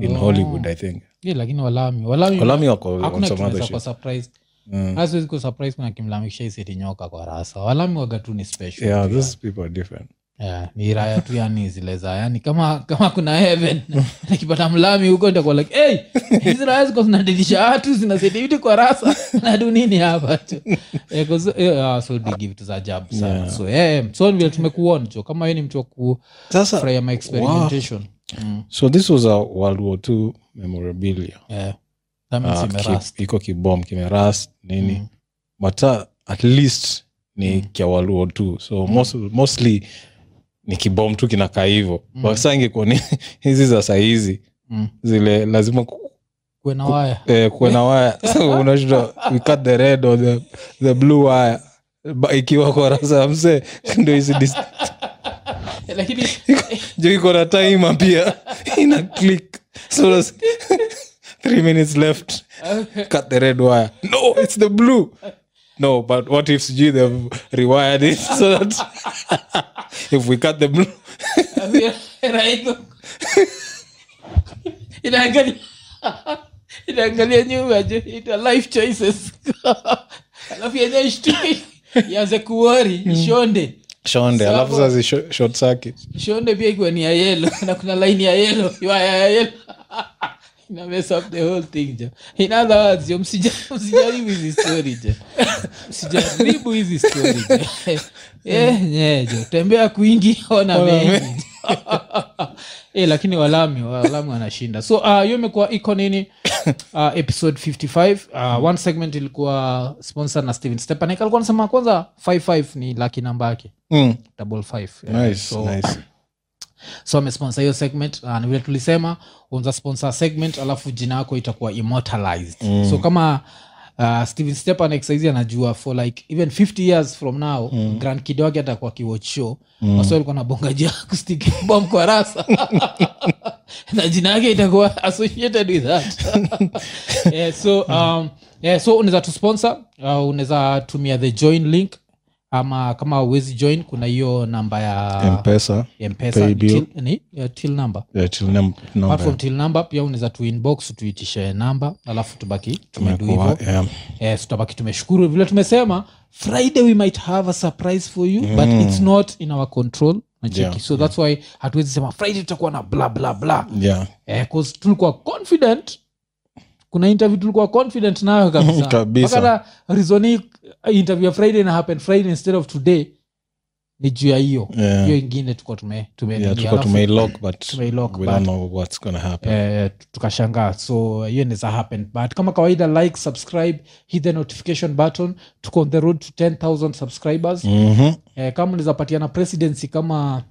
[SPEAKER 2] in
[SPEAKER 1] Oh.
[SPEAKER 2] hollywood i think
[SPEAKER 1] Yeah, lakini walami walami
[SPEAKER 2] kolami wako on
[SPEAKER 1] hakuna kitu
[SPEAKER 2] some other
[SPEAKER 1] naweza
[SPEAKER 2] shit.
[SPEAKER 1] kuwa surprised
[SPEAKER 2] Mm.
[SPEAKER 1] hasa siku surprise kuna kimlamikisha iseti nyoka kwa rasa walami waga tu ni special
[SPEAKER 2] yeah
[SPEAKER 1] tu ya.
[SPEAKER 2] those people are different
[SPEAKER 1] Yeah, ni raya tu yani zile za yani kama kama kuna heaven nikipata mlami huko nitakuwa like hey, hizi raya ziko zinadilisha watu zinasetiviti kwa rasa nadu nini hapa tu Eh, 'cause, eh, ah, so digi vitu za ajabu sana
[SPEAKER 2] Yeah.
[SPEAKER 1] so eh, so ni vile tumekuonjo kama we ni mtu wa
[SPEAKER 2] sasa
[SPEAKER 1] kufurahia my experimentation mm.
[SPEAKER 2] so this was a world war two memorabilia
[SPEAKER 1] yeah. that means
[SPEAKER 2] Ah,
[SPEAKER 1] imerust.
[SPEAKER 2] ki- iko kibom kimeras nini but uh, at least ni kia world war two so most, mostly ni kibom tu kinakaa hivo but saa ingekuwa ni hizi za sahizi
[SPEAKER 1] Mm.
[SPEAKER 2] zile lazima ku-
[SPEAKER 1] kuwe na waya
[SPEAKER 2] eh, kuwe na waya So, unashinda we cut the red or the, the blue wire Ba- ikiwa kwa rasa msee ndo hizi dis-
[SPEAKER 1] lakini
[SPEAKER 2] juu iko na time pia ina click so that's- three minutes left cut the red wire no it's the blue no but what if sijui they've rewired it so that if we cut the blue
[SPEAKER 1] raigo inaangalia inaangalia nyuma ju- ita life choices alafu yenye ishtuke ianze kuori ishonde
[SPEAKER 2] shonde alafu sasa zi- short circuit
[SPEAKER 1] shonde pia ikiwa ni ya yelo na kuna laini ya yelo iwaya ya yelo ina mess up the whole thing jo in other words jo msija- msijaribu hizi story jo msijaribu hizi story jo eh nye jo tembea kwingi ona
[SPEAKER 2] Ona
[SPEAKER 1] mengi eh lakini walami walami wanashinda so ah, hiyo imekuwa iko nini Ah, episode 55 uh, one segment ilikuwa sponsor na steven stepanek alikuwa anasema kwanza 55 ni laki namba yake
[SPEAKER 2] mm.
[SPEAKER 1] double five Eh,
[SPEAKER 2] nice
[SPEAKER 1] so
[SPEAKER 2] nice
[SPEAKER 1] so amesponsor hiyo segment uh, na vile tulisema unza sponsor segment alafu jina yako itakuwa immortalized mm. so kama uh, steven stepanek saizi anajua for like even 50 years from now mm. grand kid wake atakuwa kiwatch show mm. wasi alikuwa nabongajia kustiki bom kwa rasa na jina yake itakuwa associated with that yeah, so um, yeah, so unaweza tusponsor uh, unaweza tumia the join link ama kama uwezi join kuna hiyo namba ya
[SPEAKER 2] mpesa
[SPEAKER 1] mpesa
[SPEAKER 2] Pay
[SPEAKER 1] ni
[SPEAKER 2] bill.
[SPEAKER 1] till, ni, ya till number
[SPEAKER 2] yeah, till num-
[SPEAKER 1] apart
[SPEAKER 2] number
[SPEAKER 1] from till number pia unaweza tuinbox tuitishe namba alafu tubaki tumedu
[SPEAKER 2] Tumekuwa,
[SPEAKER 1] hivo
[SPEAKER 2] yeah.
[SPEAKER 1] eh, so tutabaki tumeshukuru vile tumesema friday we might have a surprise for you mm. but its not in our control nacheki
[SPEAKER 2] Yeah,
[SPEAKER 1] so that's why hatuwezi sema friday tutakuwa na bla bla bla
[SPEAKER 2] Yeah.
[SPEAKER 1] eh, 'cause tulikuwa confident kuna interview tulikuwa confident nayo kabisa
[SPEAKER 2] Kabisa.
[SPEAKER 1] Mpaka na reason hii eh, interview ya friday na happen friday instead of today ni juu ya hiyo
[SPEAKER 2] Yeah.
[SPEAKER 1] hiyo ingine tukuwa tume, tume
[SPEAKER 2] Yeah, tulikuwa
[SPEAKER 1] alafu-
[SPEAKER 2] tumeilock but
[SPEAKER 1] tumeilock,
[SPEAKER 2] we
[SPEAKER 1] but-
[SPEAKER 2] don't know what's gonna happen
[SPEAKER 1] eh, tukashangaa so hiyo inaweza happen but kama kawaida like subscribe hit the notification button tuko on the road to 10000 subscribers
[SPEAKER 2] Mhm.
[SPEAKER 1] eh, kama unaweza patiana presidency kama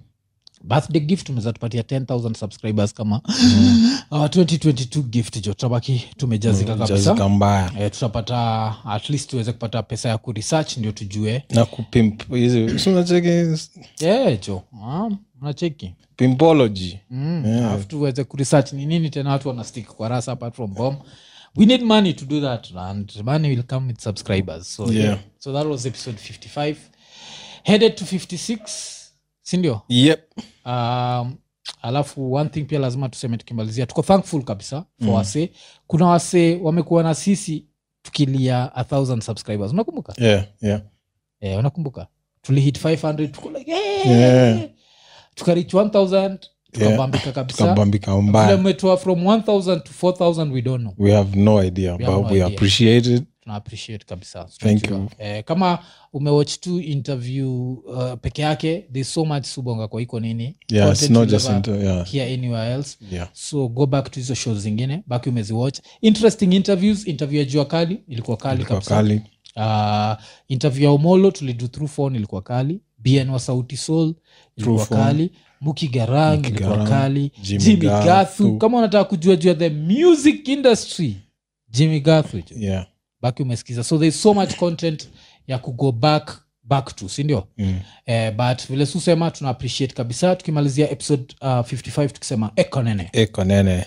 [SPEAKER 1] birthday gift unaweza tupatia 10000 subscribers kama
[SPEAKER 2] Mm-hmm.
[SPEAKER 1] our 2022 gift jo tutabaki tumejazika kabisa
[SPEAKER 2] Mm, Jazika mbaya
[SPEAKER 1] eh, tutapata at least tuweze kupata pesa ya kuresearch ndio tujue
[SPEAKER 2] na kupimp hizi si unacheki
[SPEAKER 1] eh, jo ah, unacheki
[SPEAKER 2] pimpology
[SPEAKER 1] Mm, alafu tuweze kuresearch ni nini tena watu wanastick kwa rasa apart from bomb we need money to do that and money will come with subscribers so
[SPEAKER 2] Yeah.
[SPEAKER 1] so that was episode 55 headed to 56 sindio
[SPEAKER 2] yep
[SPEAKER 1] um, alafu one thing pia lazima tuseme tukimalizia tuko thankful kabisa for
[SPEAKER 2] Mm.
[SPEAKER 1] wasee kuna wasee wamekuwa na sisi tukilia a thousand subscribers unakumbuka
[SPEAKER 2] yeah, yeah.
[SPEAKER 1] eh, unakumbuka tulihit 500 tuko like hey!
[SPEAKER 2] Yeah.
[SPEAKER 1] tukarich 1000 tukabambika kabisa
[SPEAKER 2] tukabambika
[SPEAKER 1] Vile
[SPEAKER 2] mbaya
[SPEAKER 1] mmetoa from 1000 to 4000 we don't know
[SPEAKER 2] we have no idea
[SPEAKER 1] We
[SPEAKER 2] but
[SPEAKER 1] have no
[SPEAKER 2] we
[SPEAKER 1] idea.
[SPEAKER 2] appreciate it
[SPEAKER 1] tuna appreciate kabisa
[SPEAKER 2] Thank
[SPEAKER 1] Tunajua.
[SPEAKER 2] you.
[SPEAKER 1] eh, kama umewatch tu interview uh, peke yake there's so much subonga kwa iko nini
[SPEAKER 2] yeah it's
[SPEAKER 1] Content
[SPEAKER 2] not
[SPEAKER 1] you'll
[SPEAKER 2] just
[SPEAKER 1] never
[SPEAKER 2] into, yeah
[SPEAKER 1] hear anywhere else
[SPEAKER 2] yeah
[SPEAKER 1] so go back to hizo shows zingine baki umeziwatch interesting interviews interview ya jua kali ilikuwa kali
[SPEAKER 2] Ilikuwa
[SPEAKER 1] kabisa
[SPEAKER 2] kali
[SPEAKER 1] uh, interview ya omolo tulidu through phone ilikuwa kali bn wa sauti soul ilikuwa
[SPEAKER 2] Through Phone.
[SPEAKER 1] kali muki garang
[SPEAKER 2] Muki
[SPEAKER 1] ilikuwa
[SPEAKER 2] Garang,
[SPEAKER 1] kali
[SPEAKER 2] Jimmy
[SPEAKER 1] jimmy
[SPEAKER 2] Gathu.
[SPEAKER 1] gathu kama unataka kujua jua the music industry jimmy gathu jo.
[SPEAKER 2] yeah
[SPEAKER 1] baki umesikiza so there's so much content ya kugo back back to sindio
[SPEAKER 2] mm.
[SPEAKER 1] eh, but vile susema tuna appreciate kabisa tukimalizia episode uh, 55 tukisema ekonene
[SPEAKER 2] ekonene